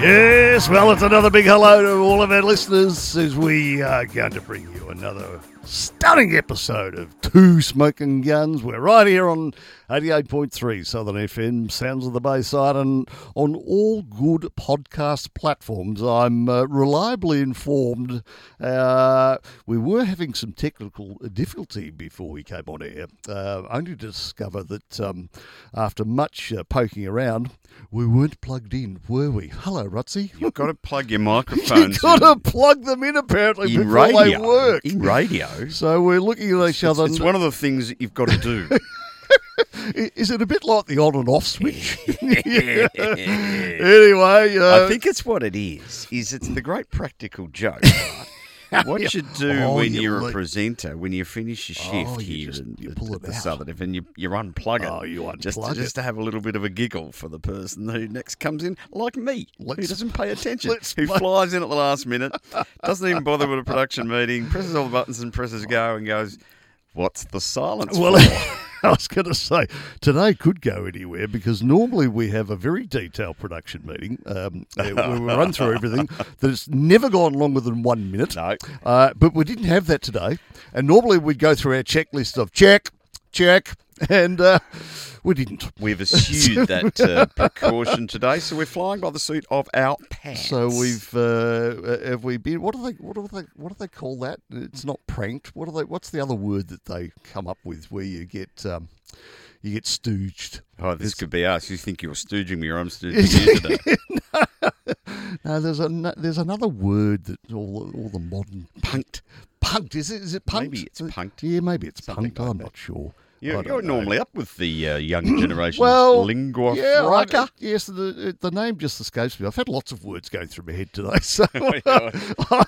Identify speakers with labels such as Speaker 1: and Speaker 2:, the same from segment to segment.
Speaker 1: Yes, well, it's another big hello to all of our listeners as we are going to bring you another stunning episode of Two Smoking Guns. We're right here on 88.3 Southern FM, Sounds of the Bayside, and on all good podcast platforms. I'm uh, reliably informed uh, we were having some technical difficulty before we came on air, uh, only to discover that um, after much uh, poking around, we weren't plugged in, were we? Hello, Rutsy.
Speaker 2: You've got to plug your microphones
Speaker 1: You've got to plug them in apparently
Speaker 2: in, in
Speaker 1: before
Speaker 2: radio.
Speaker 1: they work.
Speaker 2: In radio.
Speaker 1: So we're looking at each other.
Speaker 2: It's one of the things that you've got to do.
Speaker 1: I- Is it a bit like the on and off switch? Yeah. Anyway, uh,
Speaker 2: I think it's what it is. Is it's the great practical joke. right? What you do
Speaker 1: Oh,
Speaker 2: when
Speaker 1: you
Speaker 2: you're a
Speaker 1: look-
Speaker 2: presenter, when you finish your shift
Speaker 1: Oh, you
Speaker 2: here
Speaker 1: just-
Speaker 2: in-
Speaker 1: you
Speaker 2: at-
Speaker 1: pull
Speaker 2: at
Speaker 1: it
Speaker 2: the
Speaker 1: out.
Speaker 2: Southern, F, and you, you unplug it.
Speaker 1: Oh, you
Speaker 2: just to,
Speaker 1: unplug it.
Speaker 2: just to have a little bit of a giggle for the person who next comes in, like me, who
Speaker 1: Let's-
Speaker 2: doesn't pay attention,
Speaker 1: let's
Speaker 2: who
Speaker 1: play-
Speaker 2: flies in at the last minute, doesn't even bother with a production meeting, presses all the buttons and presses go, and goes, "What's the silence?"
Speaker 1: well,
Speaker 2: for?"
Speaker 1: I was going to say today could go anywhere because normally we have a very detailed production meeting um, uh, where we run through everything that it's never gone longer than one minute.
Speaker 2: No.
Speaker 1: Uh, but we didn't have that today. And normally we'd go through our checklist of check, check, and uh, we didn't.
Speaker 2: We've eschewed that uh, precaution today, so we're flying by the suit of our pants.
Speaker 1: So we've uh, have we been? What do they? What do they? What do they call that? It's not pranked. What do they? What's the other word that they come up with where you get um, you get stooged?
Speaker 2: Oh, this could be us. You think you're stooging me, or I'm stooging you today?
Speaker 1: No, there's a there's another word that all all the modern
Speaker 2: Punked.
Speaker 1: punked is it is it punked?
Speaker 2: Maybe it's punked.
Speaker 1: Yeah, maybe it's
Speaker 2: Something
Speaker 1: punked.
Speaker 2: like
Speaker 1: I'm
Speaker 2: that.
Speaker 1: not sure. I
Speaker 2: You're,
Speaker 1: don't
Speaker 2: you're
Speaker 1: know.
Speaker 2: normally up with the uh, young generation's
Speaker 1: well
Speaker 2: lingua
Speaker 1: yeah, I-
Speaker 2: franca.
Speaker 1: yes, the the name just escapes me. I've had lots of words going through my head today, so I'm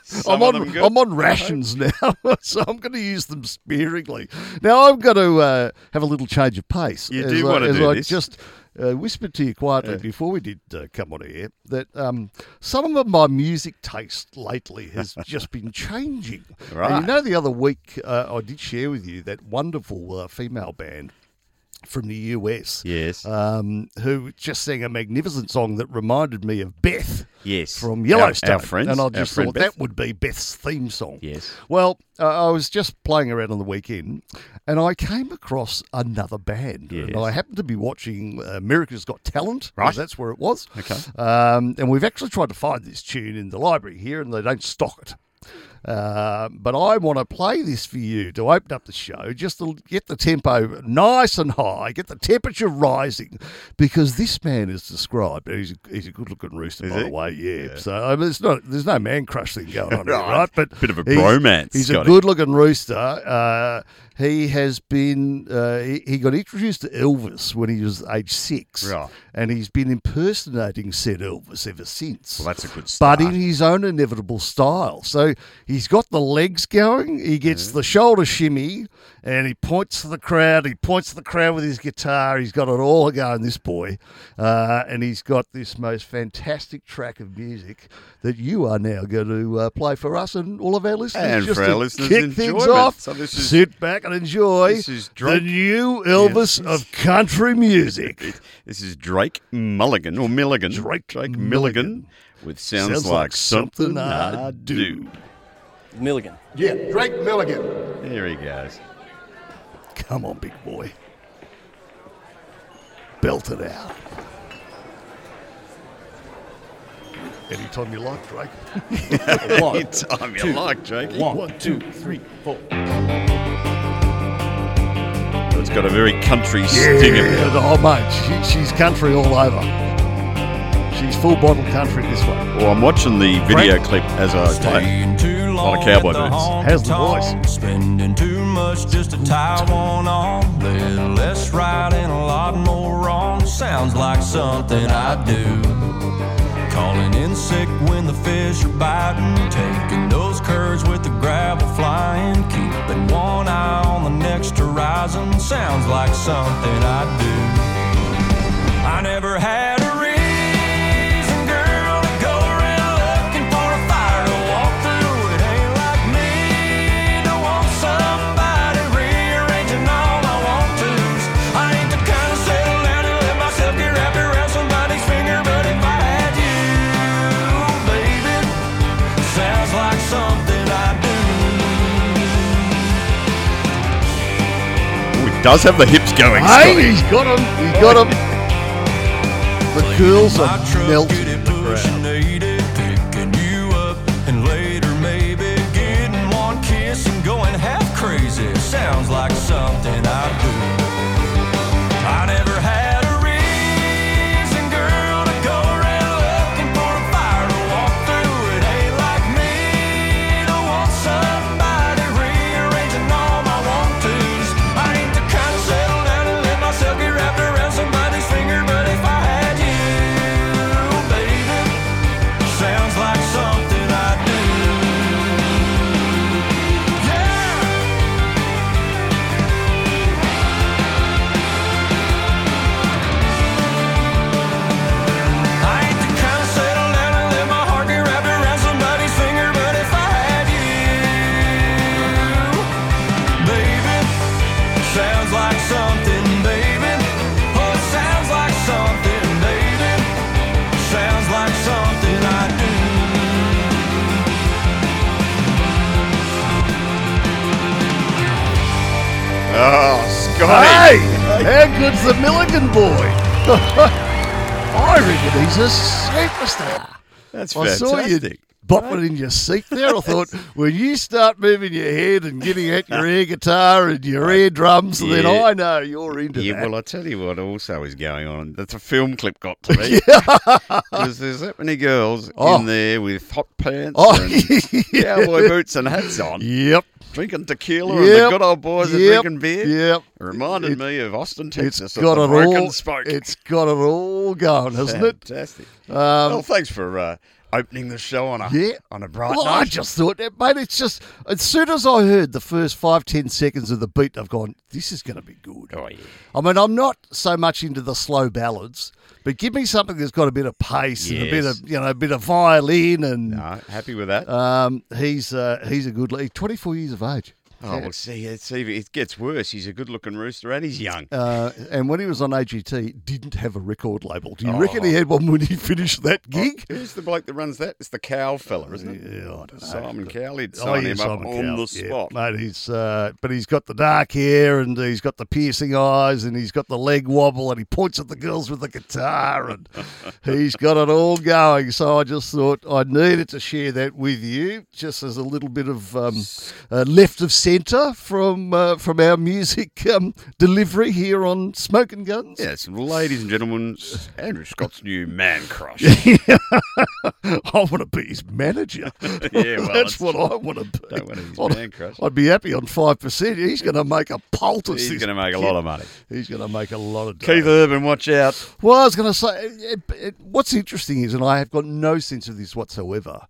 Speaker 2: Some of them
Speaker 1: on
Speaker 2: good.
Speaker 1: I'm on rations now, so I'm going to use them sparingly. Now I'm going to uh, have a little change of pace.
Speaker 2: You
Speaker 1: as
Speaker 2: do
Speaker 1: I,
Speaker 2: wanna
Speaker 1: as
Speaker 2: do
Speaker 1: I
Speaker 2: this.
Speaker 1: just uh, whispered to you quietly before we did uh, come on air that um, some of my music taste lately has just been changing. And
Speaker 2: Right.
Speaker 1: you know, the other week uh, I did share with you that wonderful uh, female band from the US
Speaker 2: Yes.
Speaker 1: um, who just sang a magnificent song that reminded me of Beth.
Speaker 2: Yes.
Speaker 1: From
Speaker 2: Our-
Speaker 1: Yellowstone.
Speaker 2: our friends,
Speaker 1: And I
Speaker 2: our
Speaker 1: just
Speaker 2: friend
Speaker 1: thought
Speaker 2: Beth.
Speaker 1: that would be Beth's theme song.
Speaker 2: Yes.
Speaker 1: Well, uh, I was just playing around on the weekend and I came across another band. And
Speaker 2: Yes.
Speaker 1: I happened to be watching uh, America's Got Talent. 'cause
Speaker 2: Right.
Speaker 1: That's where it was.
Speaker 2: Okay.
Speaker 1: Um, and we've actually tried to find this tune in the library here and they don't stock it. Uh, but I want to play this for you to open up the show, just to get the tempo nice and high, get the temperature rising, because this man is described. He's a, he's a good-looking rooster,
Speaker 2: Is
Speaker 1: by the
Speaker 2: he?
Speaker 1: way. Yeah. So I mean, it's not there's no man crush thing going on, here,
Speaker 2: Right.
Speaker 1: right? But
Speaker 2: Bit of a
Speaker 1: he's-
Speaker 2: bromance,
Speaker 1: He's a
Speaker 2: Scotty.
Speaker 1: good-looking rooster. Uh, he has been. Uh, he, he got introduced to Elvis when he was age six,
Speaker 2: Right.
Speaker 1: and he's been impersonating said Elvis ever since.
Speaker 2: Well, that's a good start.
Speaker 1: But in his own inevitable style. So he's got the legs going, he gets the shoulder shimmy, and he points to the crowd. He points to the crowd with his guitar. He's got it all going, this boy. Uh, and he's got this most fantastic track of music that you are now going to uh, play for us and all of our listeners.
Speaker 2: And
Speaker 1: just
Speaker 2: for
Speaker 1: to
Speaker 2: our listeners'
Speaker 1: kick things
Speaker 2: enjoyment.
Speaker 1: off.
Speaker 2: So this is-
Speaker 1: Sit back and enjoy
Speaker 2: This is
Speaker 1: the
Speaker 2: Drake.
Speaker 1: new Elvis of country music.
Speaker 2: This is Drake Mulligan, or Milligan.
Speaker 1: Drake
Speaker 2: Milligan,
Speaker 1: Milligan.
Speaker 2: with Sounds,
Speaker 1: Sounds
Speaker 2: like,
Speaker 1: like
Speaker 2: something,
Speaker 1: something I
Speaker 2: I
Speaker 1: do.
Speaker 2: do.
Speaker 3: Milligan.
Speaker 4: Yeah, Drake Milligan.
Speaker 2: There he goes.
Speaker 1: Come on, big boy. Belt it out. Anytime you like, Drake.
Speaker 3: One,
Speaker 2: Anytime you
Speaker 3: two,
Speaker 2: like, Drake.
Speaker 3: one, two, three, four.
Speaker 2: It's got a very country sting of
Speaker 1: Yeah, oh mate, she, she's country all over. She's full bottle country this way.
Speaker 2: Well, I'm watching the video clip as I play.
Speaker 5: Staying too long
Speaker 2: of cowboy
Speaker 5: at the
Speaker 2: boots.
Speaker 5: honky
Speaker 1: How's the
Speaker 5: tonk.
Speaker 1: voice?
Speaker 5: Spending too much just to tie one on. Little less right and a lot more wrong. Sounds like something I do. Calling in sick when the fish are biting. Taking those curves with the gravel flying. Keeping one eye on the next horizon. Sounds like something I do. I never had a reason. Some girl to go around looking for a fire to walk through. It ain't like me to want somebody rearranging all I want to's. I ain't the kind to settle down and let myself get wrapped around somebody's finger, but if I had you,
Speaker 2: does have the hips going,
Speaker 1: Hey,
Speaker 2: Scotty.
Speaker 1: he's got him. He's got him. The girls are melting in the crowd.
Speaker 5: Picking you up and later maybe getting one kiss and going half crazy. Sounds like something I do. I never had a reason, girl, to go around looking for a fire to walk through. It ain't like me to want somebody rearranging all my want tos. I ain't the kind to settle down and let myself get wrapped around somebody's finger, but if I had you, baby. Sounds like something I do. Yeah. I ain't the kind to settle down and let my heart get wrapped around somebody's finger, but if I had you, baby, sounds like something, baby. Oh, it sounds like something, baby. Sounds like something I do.
Speaker 2: Oh, Scotty.
Speaker 1: Hey, how good's the Milligan boy? I reckon he's a superstar.
Speaker 2: That's
Speaker 1: I
Speaker 2: fantastic.
Speaker 1: saw you bopping in your seat there. I thought, when you start moving your head and getting at your air guitar and your air drums, then
Speaker 2: Yeah.
Speaker 1: I know you're into
Speaker 2: Yeah,
Speaker 1: that.
Speaker 2: well, I tell you what also is going on. That's a film clip got to me. Because there's that many girls
Speaker 1: Oh.
Speaker 2: in there with hot pants
Speaker 1: Oh,
Speaker 2: and cowboy boots and hats on,
Speaker 1: yep.
Speaker 2: drinking tequila and the
Speaker 1: Yep.
Speaker 2: good old boys
Speaker 1: Yep.
Speaker 2: are drinking beer.
Speaker 1: Yep.
Speaker 2: It Reminded
Speaker 1: It-
Speaker 2: me of Austin, Texas.
Speaker 1: It's
Speaker 2: at
Speaker 1: got
Speaker 2: the
Speaker 1: it
Speaker 2: Broken
Speaker 1: all.
Speaker 2: Spoke.
Speaker 1: It's got it all going, hasn't it?
Speaker 2: Fantastic.
Speaker 1: Um,
Speaker 2: well, thanks for uh, opening the show on a
Speaker 1: Yeah.
Speaker 2: on a bright
Speaker 1: well,
Speaker 2: night.
Speaker 1: I just thought, that, mate, it's just, as soon as I heard the first five, ten seconds of the beat, I've gone, this is going to be good.
Speaker 2: Oh, yeah.
Speaker 1: I mean, I'm not so much into the slow ballads, but give me something that's got a bit of pace and a bit
Speaker 2: Yes.
Speaker 1: of, you know, a bit of violin. And
Speaker 2: No, happy with that.
Speaker 1: um, he's uh, he's a good, he's 24 years of age.
Speaker 2: oh, well, see, it's, even- it gets worse. He's a good-looking rooster and he's young.
Speaker 1: Uh, and when he was on AGT, didn't have a record label. Do you reckon he had one when he finished that gig?
Speaker 2: Who's the bloke that runs that? It's the cow fella, isn't it?
Speaker 1: Yeah, I don't know.
Speaker 2: Simon Cowley would
Speaker 1: Oh,
Speaker 2: sign
Speaker 1: yeah,
Speaker 2: him
Speaker 1: Simon
Speaker 2: up on
Speaker 1: Cowell.
Speaker 2: the
Speaker 1: Yeah,
Speaker 2: spot.
Speaker 1: mate. He's uh, but he's got the dark hair and he's got the piercing eyes and he's got the leg wobble and he points at the girls with the guitar and he's got it all going. So I just thought I needed to share that with you, just as a little bit of um, uh, left of centre from uh, from our music um, delivery here on Smoking Guns.
Speaker 2: Yes, well, ladies and gentlemen, Andrew Scott's new man crush.
Speaker 1: I want to be his manager.
Speaker 2: Yeah, well,
Speaker 1: that's
Speaker 2: it's-
Speaker 1: what I want to be.
Speaker 2: Don't wanna be his
Speaker 1: I'd-
Speaker 2: man crush.
Speaker 1: I'd be happy on five percent. He's going to make a poultice.
Speaker 2: He's going to make a lot of money.
Speaker 1: He's going to make a lot of. dough.
Speaker 2: Keith uh, Urban, watch out.
Speaker 1: Well, I was going to say, it, it, what's interesting is, and I have got no sense of this whatsoever,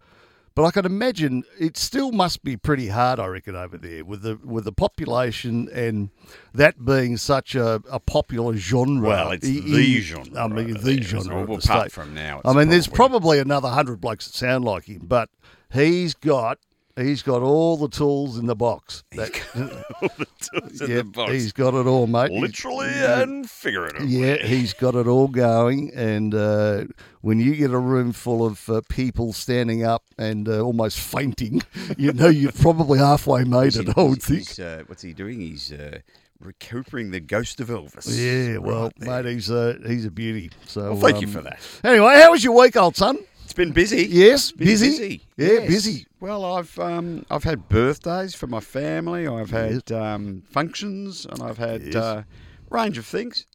Speaker 1: but I can imagine it still must be pretty hard, I reckon, over there with the with the population and that being such a, a popular genre.
Speaker 2: Well, it's
Speaker 1: i-
Speaker 2: the
Speaker 1: in-
Speaker 2: genre
Speaker 1: I mean,
Speaker 2: over
Speaker 1: the
Speaker 2: there,
Speaker 1: genre.
Speaker 2: so
Speaker 1: of the
Speaker 2: apart
Speaker 1: state.
Speaker 2: from now,
Speaker 1: I
Speaker 2: it's
Speaker 1: mean, there's
Speaker 2: probably-
Speaker 1: probably another hundred blokes that sound like him, but he's got. He's got all the tools in the box. That,
Speaker 2: It's in
Speaker 1: Yep,
Speaker 2: the box.
Speaker 1: He's got it all, mate. He's- uh,
Speaker 2: Literally and figuratively.
Speaker 1: yeah, he's got it all going. And uh, when you get a room full of uh, people standing up and uh, almost fainting, you know you're probably halfway made it, I would
Speaker 2: He's-
Speaker 1: think.
Speaker 2: he's, uh, what's he doing? He's uh, recuperating the ghost of Elvis.
Speaker 1: Yeah, well,
Speaker 2: Right there.
Speaker 1: mate, he's a, he's a beauty. So
Speaker 2: Well, thank you
Speaker 1: um,
Speaker 2: for that.
Speaker 1: Anyway, how was your week, old son?
Speaker 2: It's been busy.
Speaker 1: Yes,
Speaker 2: Been
Speaker 1: busy. Yeah,
Speaker 2: Yes.
Speaker 1: busy.
Speaker 2: Well, I've um, I've had birthdays for my family. I've had um, functions, and I've had uh, range of things.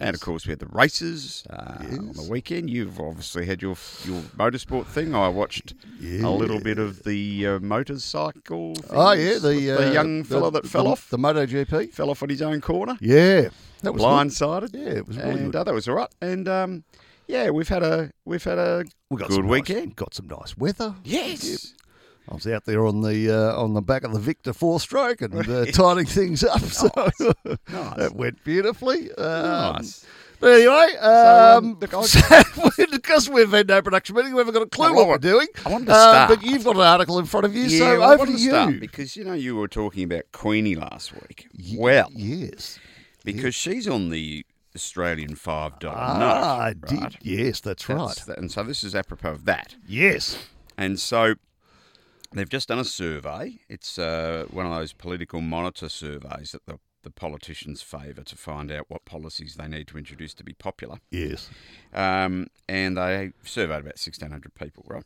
Speaker 2: And of course, we had the races uh, on the weekend. You've obviously had your your motorsport thing. I watched a little bit of the uh, motorcycle.
Speaker 1: Oh yeah,
Speaker 2: things
Speaker 1: the,
Speaker 2: with
Speaker 1: uh,
Speaker 2: the young fella that fell
Speaker 1: the,
Speaker 2: off,
Speaker 1: the MotoGP.
Speaker 2: fell off on his own corner,
Speaker 1: Yeah, that was good.
Speaker 2: blindsided.
Speaker 1: Yeah, it was really
Speaker 2: and
Speaker 1: good.
Speaker 2: uh, that was all right. And um, yeah, we've had a we've had a
Speaker 1: We got
Speaker 2: good
Speaker 1: some
Speaker 2: weekend.
Speaker 1: Nice, got some nice weather.
Speaker 2: Yes.
Speaker 1: I was out there on the uh, on the back of the Victor four stroke and uh, tidying things up. So that went beautifully. Um,
Speaker 2: Nice.
Speaker 1: But anyway, um,
Speaker 2: look, I-
Speaker 1: so, because we've had no production meeting, we haven't got a clue
Speaker 2: No,
Speaker 1: what
Speaker 2: I-
Speaker 1: we're doing.
Speaker 2: I wanted to
Speaker 1: Uh, but
Speaker 2: start.
Speaker 1: you've got an article in front of you,
Speaker 2: Yeah,
Speaker 1: so
Speaker 2: well, I
Speaker 1: over to
Speaker 2: wanted
Speaker 1: you.
Speaker 2: to start because you know you were talking about Queenie last week. well,
Speaker 1: yes,
Speaker 2: because she's on the Australian five dollar
Speaker 1: ah, I
Speaker 2: note.
Speaker 1: did.
Speaker 2: right?
Speaker 1: Yes, that's,
Speaker 2: That's
Speaker 1: right.
Speaker 2: the- and so this is apropos of that.
Speaker 1: Yes,
Speaker 2: And so they've just done a survey. It's uh, one of those political monitor surveys that the the politicians' favour to find out what policies they need to introduce to be popular.
Speaker 1: Yes.
Speaker 2: Um, and they surveyed about 1,600 people, right?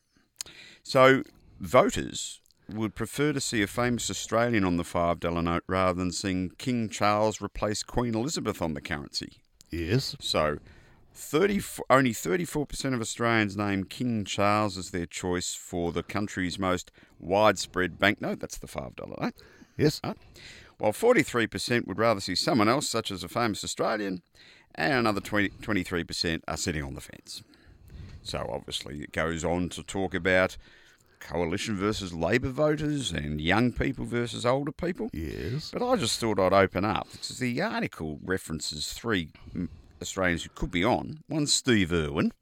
Speaker 2: So voters would prefer to see a famous Australian on the $5 note rather than seeing King Charles replace Queen Elizabeth on the currency.
Speaker 1: Yes.
Speaker 2: So, 30, only 34% of Australians name King Charles as their choice for the country's most widespread banknote. That's the $5 note.
Speaker 1: Yes.
Speaker 2: Right? While 43% would rather see someone else, such as a famous Australian, and another 20, 23% are sitting on the fence. So, obviously, it goes on to talk about coalition versus Labor voters and young people versus older people.
Speaker 1: Yes.
Speaker 2: But I just thought I'd open up because the article references three mm, Australians who could be on. One's Steve Irwin,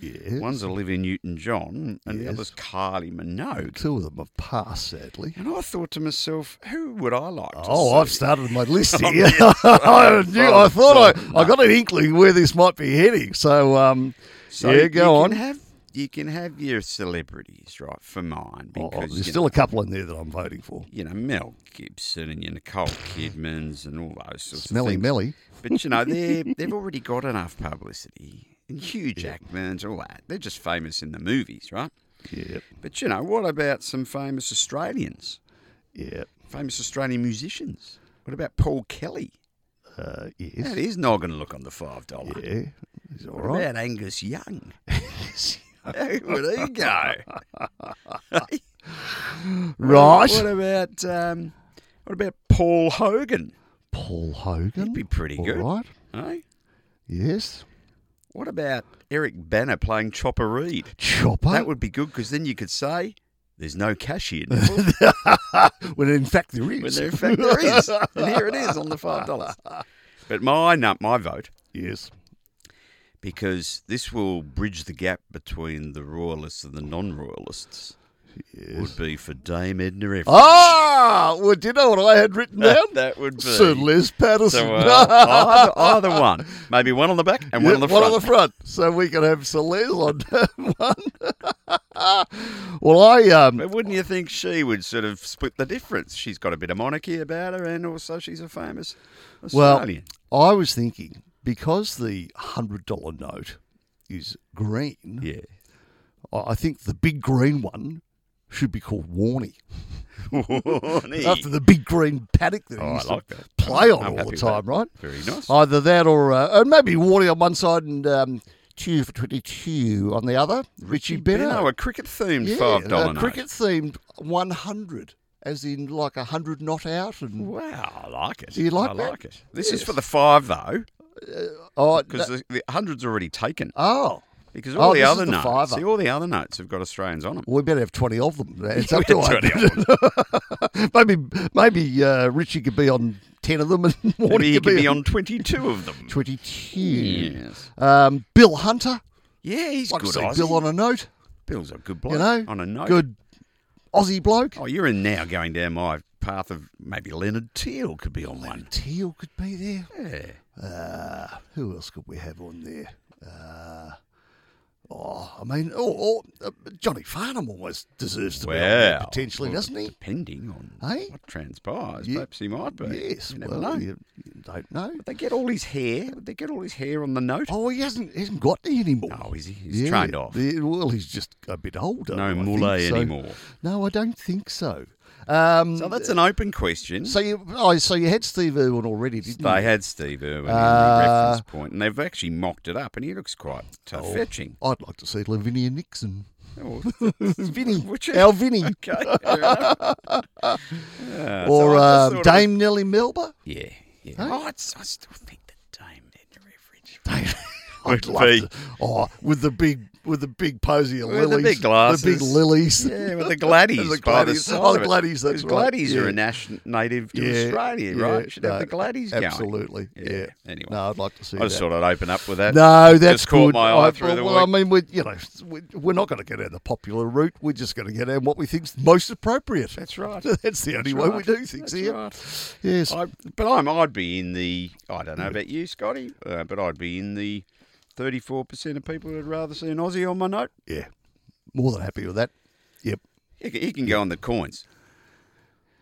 Speaker 1: Yes.
Speaker 2: one's Olivia Newton John, and the
Speaker 1: Yes.
Speaker 2: other's Carly Minogue.
Speaker 1: Two of them have passed, sadly.
Speaker 2: And I thought to myself, who would I like to
Speaker 1: Oh,
Speaker 2: see? Oh,
Speaker 1: I've started my list here. I, knew, I thought I, I got an inkling where this might be heading. So, um,
Speaker 2: So
Speaker 1: yeah,
Speaker 2: you
Speaker 1: go on.
Speaker 2: Can have, you can have your celebrities, right, for mine.
Speaker 1: Oh,
Speaker 2: Because, you
Speaker 1: there's still
Speaker 2: know,
Speaker 1: a couple in there that I'm voting for.
Speaker 2: you know, Mel Gibson and your Nicole Kidmans and all those sorts
Speaker 1: Smelly
Speaker 2: of things.
Speaker 1: Melly.
Speaker 2: But you know, they they've already got enough publicity. And Hugh Jackman's all that. They're just famous in the movies, right?
Speaker 1: Yep.
Speaker 2: But you know, what about some famous Australians?
Speaker 1: Yep.
Speaker 2: Famous Australian musicians? What about Paul Kelly?
Speaker 1: Uh,
Speaker 2: That
Speaker 1: yes.
Speaker 2: is not going to look on the five dollar.
Speaker 1: Yeah. He's all
Speaker 2: What
Speaker 1: right.
Speaker 2: about Angus Young? Where would he go?
Speaker 1: Right.
Speaker 2: What about um, what about Paul Hogan?
Speaker 1: Paul Hogan.
Speaker 2: He'd be pretty
Speaker 1: All
Speaker 2: good.
Speaker 1: right.
Speaker 2: Eh?
Speaker 1: Yes.
Speaker 2: What about Eric Banner playing Chopper Reed?
Speaker 1: Chopper.
Speaker 2: That would be good because then you could say there's no cash here, Neville,
Speaker 1: when in fact there
Speaker 2: when
Speaker 1: is.
Speaker 2: there in fact there is, and here it is on the five dollars. But my no, my vote
Speaker 1: yes.
Speaker 2: because this will bridge the gap between the royalists and the non-royalists would be for Dame Edna Everett.
Speaker 1: Ah, well, do you know what I had written down?
Speaker 2: that would be
Speaker 1: Sir Les Patterson.
Speaker 2: So, uh, either, either one, maybe one on the back and one on the
Speaker 1: Yeah,
Speaker 2: front.
Speaker 1: front. So we can have Sir Les on one. well, I um,
Speaker 2: But wouldn't you think she would sort of split the difference? She's got a bit of monarchy about her, and also she's a famous
Speaker 1: well,
Speaker 2: Australian.
Speaker 1: I was thinking because the hundred dollar note is green.
Speaker 2: yeah.
Speaker 1: I I think the big green one should be called Warney after the big green paddock that he
Speaker 2: Oh, I
Speaker 1: used to
Speaker 2: like that.
Speaker 1: play on
Speaker 2: I'm
Speaker 1: all
Speaker 2: happy
Speaker 1: the
Speaker 2: with
Speaker 1: time,
Speaker 2: that.
Speaker 1: right?
Speaker 2: Very nice.
Speaker 1: Either that or uh, and maybe Warney on one side and um, two for twenty two on the other. Richie, Benno.
Speaker 2: Benno, a cricket themed
Speaker 1: Yeah,
Speaker 2: five dollar
Speaker 1: a cricket themed one hundred, as in like hundred not out and
Speaker 2: Wow, I like it.
Speaker 1: Do you like
Speaker 2: I
Speaker 1: that?
Speaker 2: like it. This is for the five though,
Speaker 1: oh,
Speaker 2: because
Speaker 1: that-
Speaker 2: the, the hundred's already taken.
Speaker 1: oh,
Speaker 2: Because
Speaker 1: Oh,
Speaker 2: all the
Speaker 1: this is
Speaker 2: other
Speaker 1: the
Speaker 2: notes,
Speaker 1: fiver.
Speaker 2: see, all the other notes have got Australians on them.
Speaker 1: we better have twenty of them. It's up to maybe maybe uh, Richie could be on ten of them and
Speaker 2: Maybe
Speaker 1: Warney
Speaker 2: he
Speaker 1: could
Speaker 2: could
Speaker 1: be,
Speaker 2: be
Speaker 1: on
Speaker 2: on twenty-two of them.
Speaker 1: twenty two.
Speaker 2: Yes.
Speaker 1: Um, Bill Hunter,
Speaker 2: Yeah, he's
Speaker 1: like to
Speaker 2: good.
Speaker 1: see
Speaker 2: Aussie.
Speaker 1: Bill on a note,
Speaker 2: Bill's a good bloke.
Speaker 1: you know,
Speaker 2: on a note.
Speaker 1: good Aussie bloke.
Speaker 2: Oh, you're in now going down my path of maybe Leonard Teal could be on one.
Speaker 1: Teal could be there.
Speaker 2: Yeah.
Speaker 1: Uh, who else could we have on there? Uh, oh, I mean, oh, oh, uh, Johnny Farnham almost deserves to be on there
Speaker 2: Well,
Speaker 1: potentially,
Speaker 2: well,
Speaker 1: doesn't he?
Speaker 2: Depending on
Speaker 1: Hey?
Speaker 2: what transpires,
Speaker 1: Ye-
Speaker 2: perhaps he might be.
Speaker 1: Yes,
Speaker 2: You never
Speaker 1: well,
Speaker 2: know.
Speaker 1: You, you don't know.
Speaker 2: Would They get all his hair. would They get all his hair on the note.
Speaker 1: Oh, he hasn't, he hasn't got any anymore.
Speaker 2: No, is he? He's trained off.
Speaker 1: Yeah, well, he's just a bit older. I
Speaker 2: no
Speaker 1: think,
Speaker 2: mullet
Speaker 1: so-
Speaker 2: anymore.
Speaker 1: No, I don't think so. Um,
Speaker 2: So
Speaker 1: so,
Speaker 2: that's an open question.
Speaker 1: you, oh, so you had Steve Irwin already, didn't
Speaker 2: they
Speaker 1: you?
Speaker 2: had Steve
Speaker 1: Uh,
Speaker 2: Irwin
Speaker 1: Oh.
Speaker 2: in the reference point, and they've actually mocked it up, and he looks quite uh, fetching.
Speaker 1: I'd like to see Lavinia Nixon.
Speaker 2: Oh,
Speaker 1: Vinny,
Speaker 2: Which-
Speaker 1: our Vinny,
Speaker 2: okay. fair enough. Yeah, so
Speaker 1: or
Speaker 2: I just
Speaker 1: um,
Speaker 2: thought it was-
Speaker 1: Dame Nellie Melba.
Speaker 2: Yeah, yeah. Oh, it's, I still think that Dame Edna Everett.
Speaker 1: I'd
Speaker 2: Would
Speaker 1: love
Speaker 2: be-
Speaker 1: to- Oh, with the big with the big posy of
Speaker 2: With
Speaker 1: lilies,
Speaker 2: the big glasses.
Speaker 1: the big lilies.
Speaker 2: Yeah, with the gladdies.
Speaker 1: The
Speaker 2: by
Speaker 1: gladdies.
Speaker 2: side
Speaker 1: Oh, the
Speaker 2: of it.
Speaker 1: gladdies, that's
Speaker 2: 'Cause
Speaker 1: right.
Speaker 2: Gladdies
Speaker 1: Yeah.
Speaker 2: are a nation, native to
Speaker 1: Yeah,
Speaker 2: Australia,
Speaker 1: yeah,
Speaker 2: right? Should
Speaker 1: no,
Speaker 2: have the gladdies going.
Speaker 1: Absolutely.
Speaker 2: Yeah,
Speaker 1: Yeah.
Speaker 2: anyway.
Speaker 1: No, I'd like to see
Speaker 2: I just
Speaker 1: that.
Speaker 2: thought I'd open up with that.
Speaker 1: No, that's
Speaker 2: Just caught
Speaker 1: good.
Speaker 2: my
Speaker 1: I-
Speaker 2: eye through
Speaker 1: well,
Speaker 2: the
Speaker 1: well, I
Speaker 2: week.
Speaker 1: mean, we you know we- we're not going to get out the popular route. We're just going to get out what we think's most appropriate.
Speaker 2: That's right.
Speaker 1: That's the only
Speaker 2: That's
Speaker 1: way we
Speaker 2: right.
Speaker 1: do things
Speaker 2: That's
Speaker 1: here.
Speaker 2: right.
Speaker 1: Yes.
Speaker 2: I, but I'm, I'd be in the, I don't know about you, Scotty, uh, but I'd be in the 34% of people who'd rather see an Aussie on my note.
Speaker 1: yeah. More than happy with that. Yep.
Speaker 2: You can, you can go on the coins.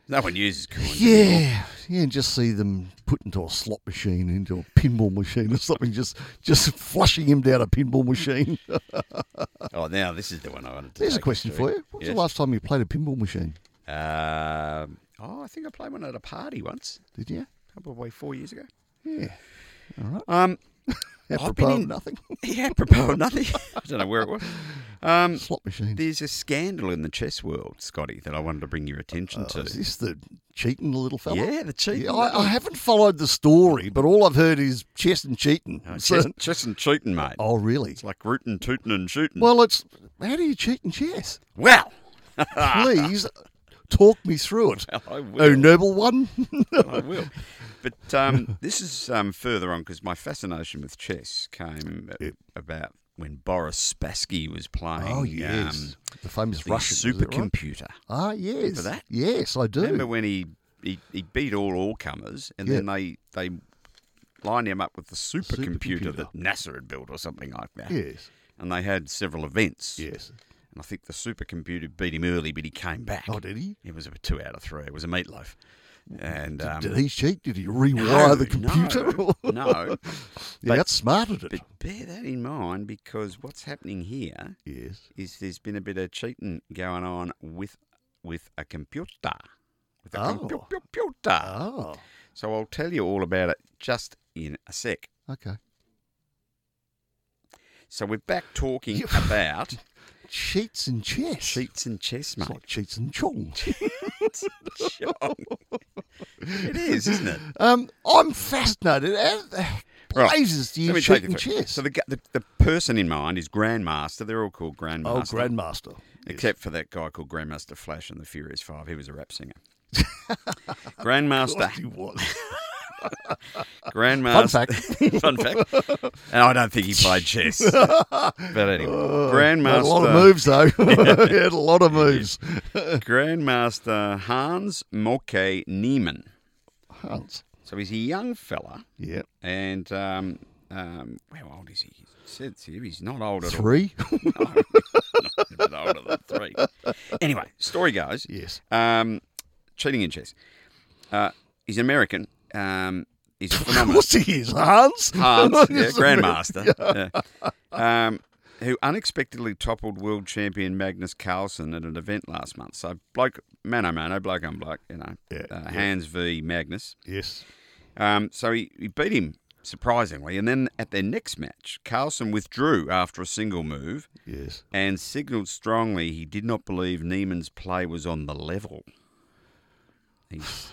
Speaker 2: No one uses coins. anymore.
Speaker 1: Yeah. yeah, and just see them put into a slot machine, into a pinball machine or something, just just flushing him down a pinball machine.
Speaker 2: Oh, now this is the one I wanted to
Speaker 1: There's a
Speaker 2: take us
Speaker 1: question
Speaker 2: to.
Speaker 1: for you. When's
Speaker 2: Yes.
Speaker 1: the last time you played a pinball machine?
Speaker 2: Um, oh, I think I played one at a party once,
Speaker 1: Did you?
Speaker 2: probably four years ago.
Speaker 1: Yeah.
Speaker 2: Um, I've been
Speaker 1: Apropos of
Speaker 2: in
Speaker 1: nothing.
Speaker 2: Yeah, apropos of nothing. I don't know where it was. Um,
Speaker 1: slot machine.
Speaker 2: there's a scandal in the chess world, Scotty, that I wanted to bring your attention
Speaker 1: Oh,
Speaker 2: to.
Speaker 1: is this the cheating little fella?
Speaker 2: Yeah, the cheating
Speaker 1: Yeah,
Speaker 2: little-
Speaker 1: I, I haven't followed the story, but all I've heard is chess and cheating.
Speaker 2: No,
Speaker 1: So-
Speaker 2: Oh, chess, chess and cheating, mate.
Speaker 1: oh, really?
Speaker 2: It's like rooting, tooting, and shooting.
Speaker 1: Well, it's how do you cheat in chess?
Speaker 2: well,
Speaker 1: Please talk me through it.
Speaker 2: I will.
Speaker 1: Oh, noble one.
Speaker 2: I will. But um, this is um, further on because my fascination with chess came a- about when Boris Spassky was playing.
Speaker 1: oh yes,
Speaker 2: Um,
Speaker 1: the famous
Speaker 2: the
Speaker 1: Russian is it right?
Speaker 2: supercomputer.
Speaker 1: Ah, yes.
Speaker 2: Remember that?
Speaker 1: Yes, I do.
Speaker 2: Remember when he, he, he beat all all comers and
Speaker 1: Yeah.
Speaker 2: then they they line him up with the supercomputer
Speaker 1: Supercomputer.
Speaker 2: that NASA had built or something like that.
Speaker 1: yes,
Speaker 2: And they had several events.
Speaker 1: yes.
Speaker 2: And I think the supercomputer beat him early, but he came back.
Speaker 1: Oh, did he?
Speaker 2: It was a two out of three. It was a meatloaf. And um,
Speaker 1: Did he cheat? Did he rewire
Speaker 2: no,
Speaker 1: the computer?
Speaker 2: No, no.
Speaker 1: he outsmarted it.
Speaker 2: But bear that in mind because what's happening here
Speaker 1: yes.
Speaker 2: is there's been a bit of cheating going on with with a computer. With a
Speaker 1: Oh.
Speaker 2: computer.
Speaker 1: Oh,
Speaker 2: So I'll tell you all about it just in a sec.
Speaker 1: okay.
Speaker 2: So we're back talking
Speaker 1: You-
Speaker 2: about
Speaker 1: Cheats in chess.
Speaker 2: cheats and chess,
Speaker 1: It's
Speaker 2: mate.
Speaker 1: like cheats and chong.
Speaker 2: it is, isn't it?
Speaker 1: Um, I'm fascinated. How the
Speaker 2: Right.
Speaker 1: blazes do
Speaker 2: Let
Speaker 1: you
Speaker 2: me take
Speaker 1: cheat
Speaker 2: you
Speaker 1: in
Speaker 2: through.
Speaker 1: chess?
Speaker 2: So the, gu- the the person in mind is Grandmaster. They're all called Grandmaster.
Speaker 1: oh, grandmaster.
Speaker 2: Except for that guy called Grandmaster Flash and the Furious Five. He was a rap singer. Grandmaster.
Speaker 1: Yes, he was. Fun
Speaker 2: Grandmaster.
Speaker 1: fact.
Speaker 2: Fun fact. And I don't think he played chess. but anyway,
Speaker 1: Had
Speaker 2: Grandmaster.
Speaker 1: Oh, a lot of moves though. he had a lot of moves.
Speaker 2: Grandmaster Hans Moke Niemann.
Speaker 1: Hans.
Speaker 2: So he's a young fella,
Speaker 1: Yeah.
Speaker 2: and um, um, how old is he? He says here he's not old at all.
Speaker 1: Three.
Speaker 2: He's a bit older than three. Anyway, story goes.
Speaker 1: yes.
Speaker 2: Um, cheating in chess. Uh, he's an American. Um, he's
Speaker 1: Of
Speaker 2: phenomenal.
Speaker 1: course he is. Hans.
Speaker 2: Hans, yeah,
Speaker 1: Yes, I mean,
Speaker 2: grandmaster, yeah. Um, who unexpectedly toppled world champion Magnus Carlsen at an event last month. So bloke, mano mano, bloke on bloke, you know,
Speaker 1: Yeah,
Speaker 2: uh,
Speaker 1: yeah.
Speaker 2: Hans v Magnus.
Speaker 1: Yes.
Speaker 2: Um, so he, he beat him surprisingly, and then at their next match, Carlsen withdrew after a single move
Speaker 1: Yes.
Speaker 2: and signalled strongly he did not believe Neiman's play was on the level. He's-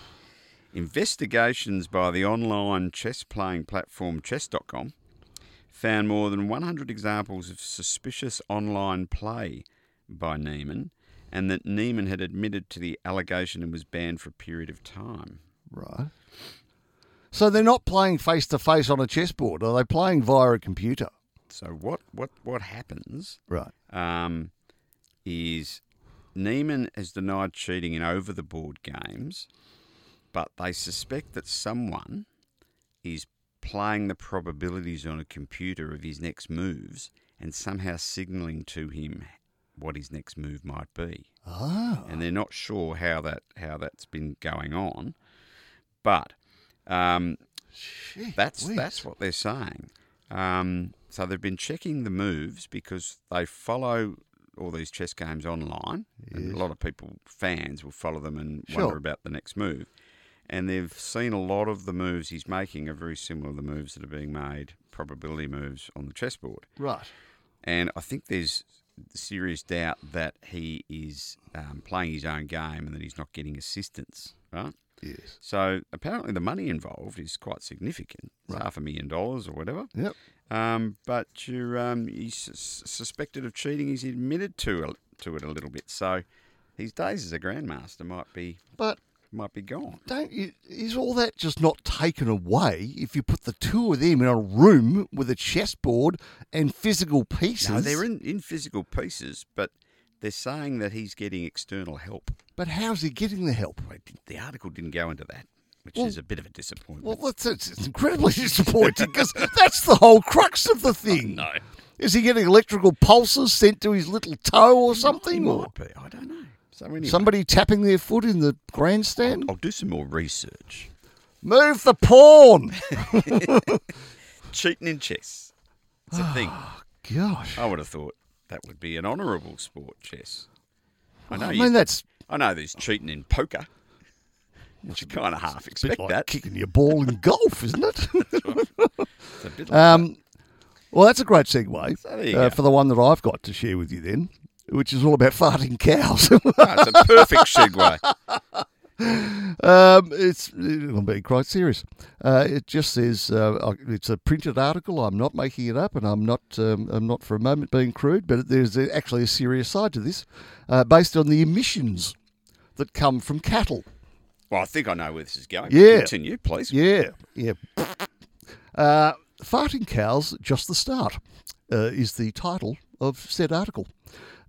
Speaker 2: investigations by the online chess playing platform chess.com found more than 100 examples of suspicious online play by Neiman, and that Neiman had admitted to the allegation and was banned for a period of time.
Speaker 1: Right. So they're not playing face to face on a chessboard. Are they playing via a computer?
Speaker 2: So what what what happens
Speaker 1: Right.
Speaker 2: um, is Neiman has denied cheating in over the board games, but they suspect that someone is playing the probabilities on a computer of his next moves and somehow signaling to him what his next move might be.
Speaker 1: Ah.
Speaker 2: And they're not sure how that how that's been going on, but um,
Speaker 1: Gee
Speaker 2: that's
Speaker 1: whiz.
Speaker 2: that's what they're saying. Um, so they've been checking the moves because they follow all these chess games online, and a lot of people, fans, will follow them and
Speaker 1: Sure.
Speaker 2: wonder about the next move. And they've seen a lot of the moves he's making are very similar to the moves that are being made, probability moves on the chessboard.
Speaker 1: right.
Speaker 2: And I think there's serious doubt that he is um, playing his own game and that he's not getting assistance, right?
Speaker 1: Yes.
Speaker 2: So apparently the money involved is quite significant, It's half a million dollars or whatever.
Speaker 1: Yep.
Speaker 2: Um, but you, um, he's sus- suspected of cheating. He's admitted to a, to it a little bit. So his days as a grandmaster might be
Speaker 1: But
Speaker 2: might be gone.
Speaker 1: don't you, is all that just not taken away if you put the two of them in a room with a chessboard and physical pieces?
Speaker 2: No, they're in, in physical pieces, but they're saying that he's getting external help.
Speaker 1: But how's he getting the help?
Speaker 2: Well, it did- The article didn't go into that, which
Speaker 1: Well-
Speaker 2: is a bit of a disappointment.
Speaker 1: Well, that's it's, it's incredibly disappointing because that's the whole crux of the thing.
Speaker 2: no.
Speaker 1: Is he getting electrical pulses sent to his little toe or
Speaker 2: He
Speaker 1: something, or
Speaker 2: might be. I don't know. So anyway,
Speaker 1: somebody tapping their foot in the grandstand?
Speaker 2: I'll do some more research.
Speaker 1: Move the pawn.
Speaker 2: Cheating in chess. It's a thing.
Speaker 1: Gosh.
Speaker 2: I would have thought that would be an honourable sport, chess. I know.
Speaker 1: Oh, I
Speaker 2: you-
Speaker 1: mean, that's
Speaker 2: I know there's cheating in poker. You kind of half
Speaker 1: a bit
Speaker 2: expect
Speaker 1: like
Speaker 2: that.
Speaker 1: kicking your ball in golf, isn't it?
Speaker 2: It's a bit like
Speaker 1: Um, well, that's a great segue
Speaker 2: So there you
Speaker 1: uh,
Speaker 2: go.
Speaker 1: for the one that I've got to share with you then, which is all about farting cows.
Speaker 2: that. It's a perfect segue.
Speaker 1: um, it's I'm being quite serious. Uh, it just says uh, I- it's a printed article. I'm not making it up, and I'm not um, I'm not for a moment being crude. But there's a- actually a serious side to this, uh, based on the emissions that come from cattle.
Speaker 2: Well, I think I know where this is going.
Speaker 1: Yeah.
Speaker 2: Continue, please.
Speaker 1: Yeah, yeah. Uh, Farting Cows, Just the Start uh, is the title of said article.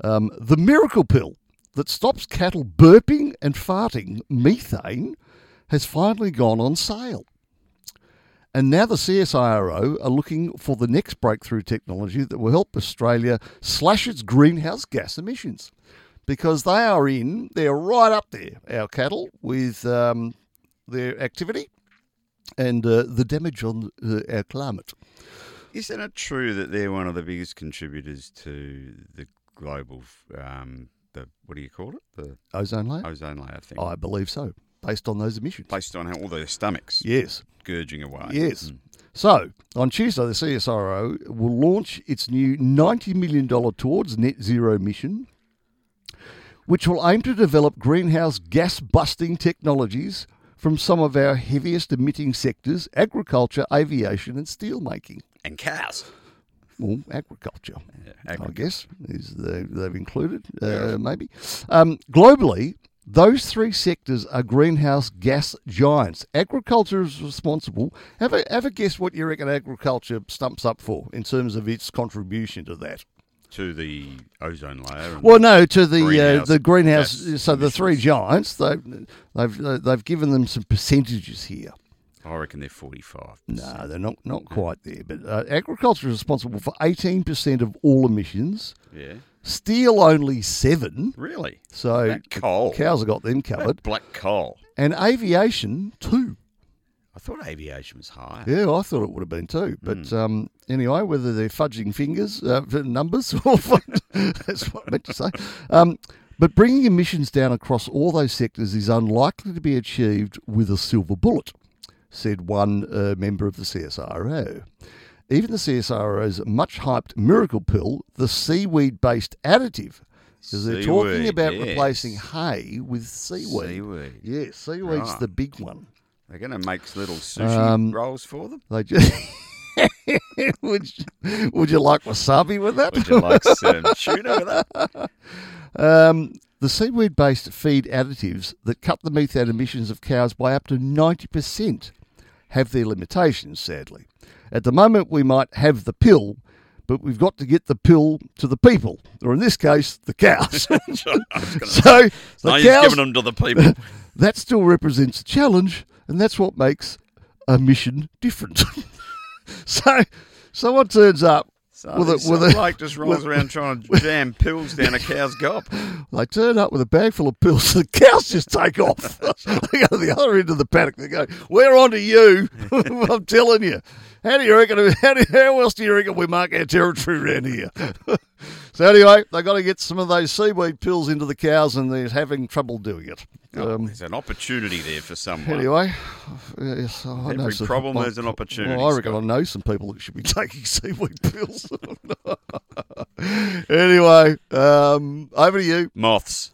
Speaker 1: Um, the miracle pill that stops cattle burping and farting methane has finally gone on sale. And now the CSIRO are looking for the next breakthrough technology that will help Australia slash its greenhouse gas emissions. Because they are in, they're right up there, our cattle, with um, their activity and uh, the damage on uh, our climate.
Speaker 2: Isn't it true that they're one of the biggest contributors to the global, um, the what do you call it, the
Speaker 1: Ozone layer?
Speaker 2: ozone layer thing,
Speaker 1: I believe so, based on those emissions.
Speaker 2: based on how all their stomachs
Speaker 1: Yes,
Speaker 2: gurging away. Mm.
Speaker 1: yes. So, on Tuesday, the CSIRO will launch its new $90 million towards net zero mission, which will aim to develop greenhouse gas busting technologies from some of our heaviest emitting sectors agriculture, aviation, and steelmaking.
Speaker 2: and cows.
Speaker 1: Well, agriculture, I
Speaker 2: agriculture.
Speaker 1: guess, is the, they've included, uh, maybe. Um, globally, those three sectors are greenhouse gas giants. Agriculture is responsible. Have a, have a guess what you reckon agriculture stumps up for in terms of its contribution to that.
Speaker 2: to the ozone layer. And
Speaker 1: Well, no, to the uh,
Speaker 2: Greenhouse
Speaker 1: the greenhouse.
Speaker 2: gas
Speaker 1: So the three
Speaker 2: emissions.
Speaker 1: giants, they, they've they've given them some percentages here.
Speaker 2: I reckon they're 45.
Speaker 1: No, they're not not quite there. But uh, agriculture is responsible for eighteen percent of all emissions.
Speaker 2: Yeah.
Speaker 1: Steel only seven.
Speaker 2: Really?
Speaker 1: So
Speaker 2: That coal.
Speaker 1: cows have got them covered.
Speaker 2: Black coal.
Speaker 1: And aviation two.
Speaker 2: I thought aviation was higher.
Speaker 1: Yeah, I thought it would have been two. But
Speaker 2: Hmm.
Speaker 1: um, anyway, whether they're fudging fingers, uh, for numbers, or what, that's what I meant to say. Um, but bringing emissions down across all those sectors is unlikely to be achieved with a silver bullet, said one uh, member of the CSIRO. Even the CSIRO's much hyped miracle pill, the seaweed based additive, because they're talking
Speaker 2: Seaweed,
Speaker 1: about
Speaker 2: yes.
Speaker 1: replacing hay with seaweed.
Speaker 2: Seaweed. Ah.
Speaker 1: Yeah, seaweed's
Speaker 2: Right.
Speaker 1: the big one.
Speaker 2: They're going to make little sushi
Speaker 1: Um,
Speaker 2: rolls for them.
Speaker 1: They just would you, would you like wasabi with that?
Speaker 2: Would you like some tuna with that?
Speaker 1: Um, the seaweed-based feed additives that cut the methane emissions of cows by up to ninety percent have their limitations. Sadly, at the moment we might have the pill, but we've got to get the pill to the people, or in this case, the cows. so
Speaker 2: No,
Speaker 1: the
Speaker 2: he's
Speaker 1: cows
Speaker 2: giving them to the people.
Speaker 1: that still represents a challenge, and that's what makes a mission different. so, someone turns up
Speaker 2: So
Speaker 1: with
Speaker 2: this
Speaker 1: a, with
Speaker 2: old
Speaker 1: a
Speaker 2: bloke just rolls around trying to jam pills down a cow's gob.
Speaker 1: They turn up with a bag full of pills, and the cows just take off. they go to the other end of the paddock. They go, "We're on to you." I'm telling you. How do you reckon? How, do, how else do you reckon we mark our territory around here? so anyway, they got to get some of those seaweed pills into the cows, and they're having trouble doing it.
Speaker 2: Oh,
Speaker 1: Um,
Speaker 2: there's an opportunity there for someone.
Speaker 1: Anyway, yes, I know
Speaker 2: Every
Speaker 1: some-
Speaker 2: problem
Speaker 1: well,
Speaker 2: is an opportunity,
Speaker 1: Well, I reckon
Speaker 2: Scott.
Speaker 1: I know some people that should be taking seaweed pills. anyway, um, over to you,
Speaker 2: Moths.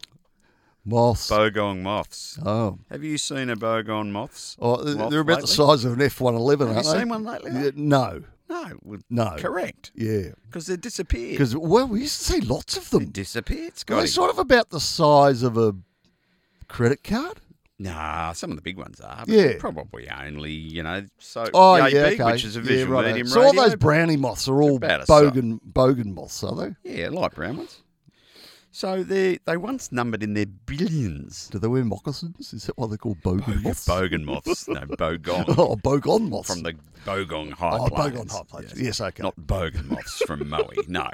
Speaker 1: moths.
Speaker 2: Bogong moths.
Speaker 1: Oh,
Speaker 2: Have you seen a bogong moths?
Speaker 1: oh they're about
Speaker 2: Moth
Speaker 1: the
Speaker 2: lately?
Speaker 1: size of an F one eleven,
Speaker 2: Have
Speaker 1: aren't
Speaker 2: you
Speaker 1: they?
Speaker 2: seen one lately?
Speaker 1: Yeah, no,
Speaker 2: No. well,
Speaker 1: No.
Speaker 2: Correct.
Speaker 1: yeah,
Speaker 2: Because they disappeared.
Speaker 1: because well, we used to see lots of
Speaker 2: They
Speaker 1: them.
Speaker 2: disappeared,
Speaker 1: Were they
Speaker 2: Scotty.
Speaker 1: sort of about the size of a credit card.
Speaker 2: Nah, some of the big ones are. But
Speaker 1: Yeah.
Speaker 2: Probably only, you know, so
Speaker 1: Oh
Speaker 2: yay
Speaker 1: yeah,
Speaker 2: big,
Speaker 1: okay.
Speaker 2: which is E a
Speaker 1: Yeah,
Speaker 2: visual
Speaker 1: righto.
Speaker 2: medium
Speaker 1: So
Speaker 2: radio.
Speaker 1: all those brownie moths are all
Speaker 2: about a
Speaker 1: bogan bogan moths, are they?
Speaker 2: yeah, light brown ones. So they they once numbered in their billions.
Speaker 1: Do they wear moccasins? Is that why they're called bogan moths?
Speaker 2: Bogan moths. no, bogong.
Speaker 1: oh, bogon moths.
Speaker 2: From the Bogong High
Speaker 1: oh,
Speaker 2: Plains.
Speaker 1: bogon high plains. Yes, okay.
Speaker 2: Not Bogan moths from Maui. No.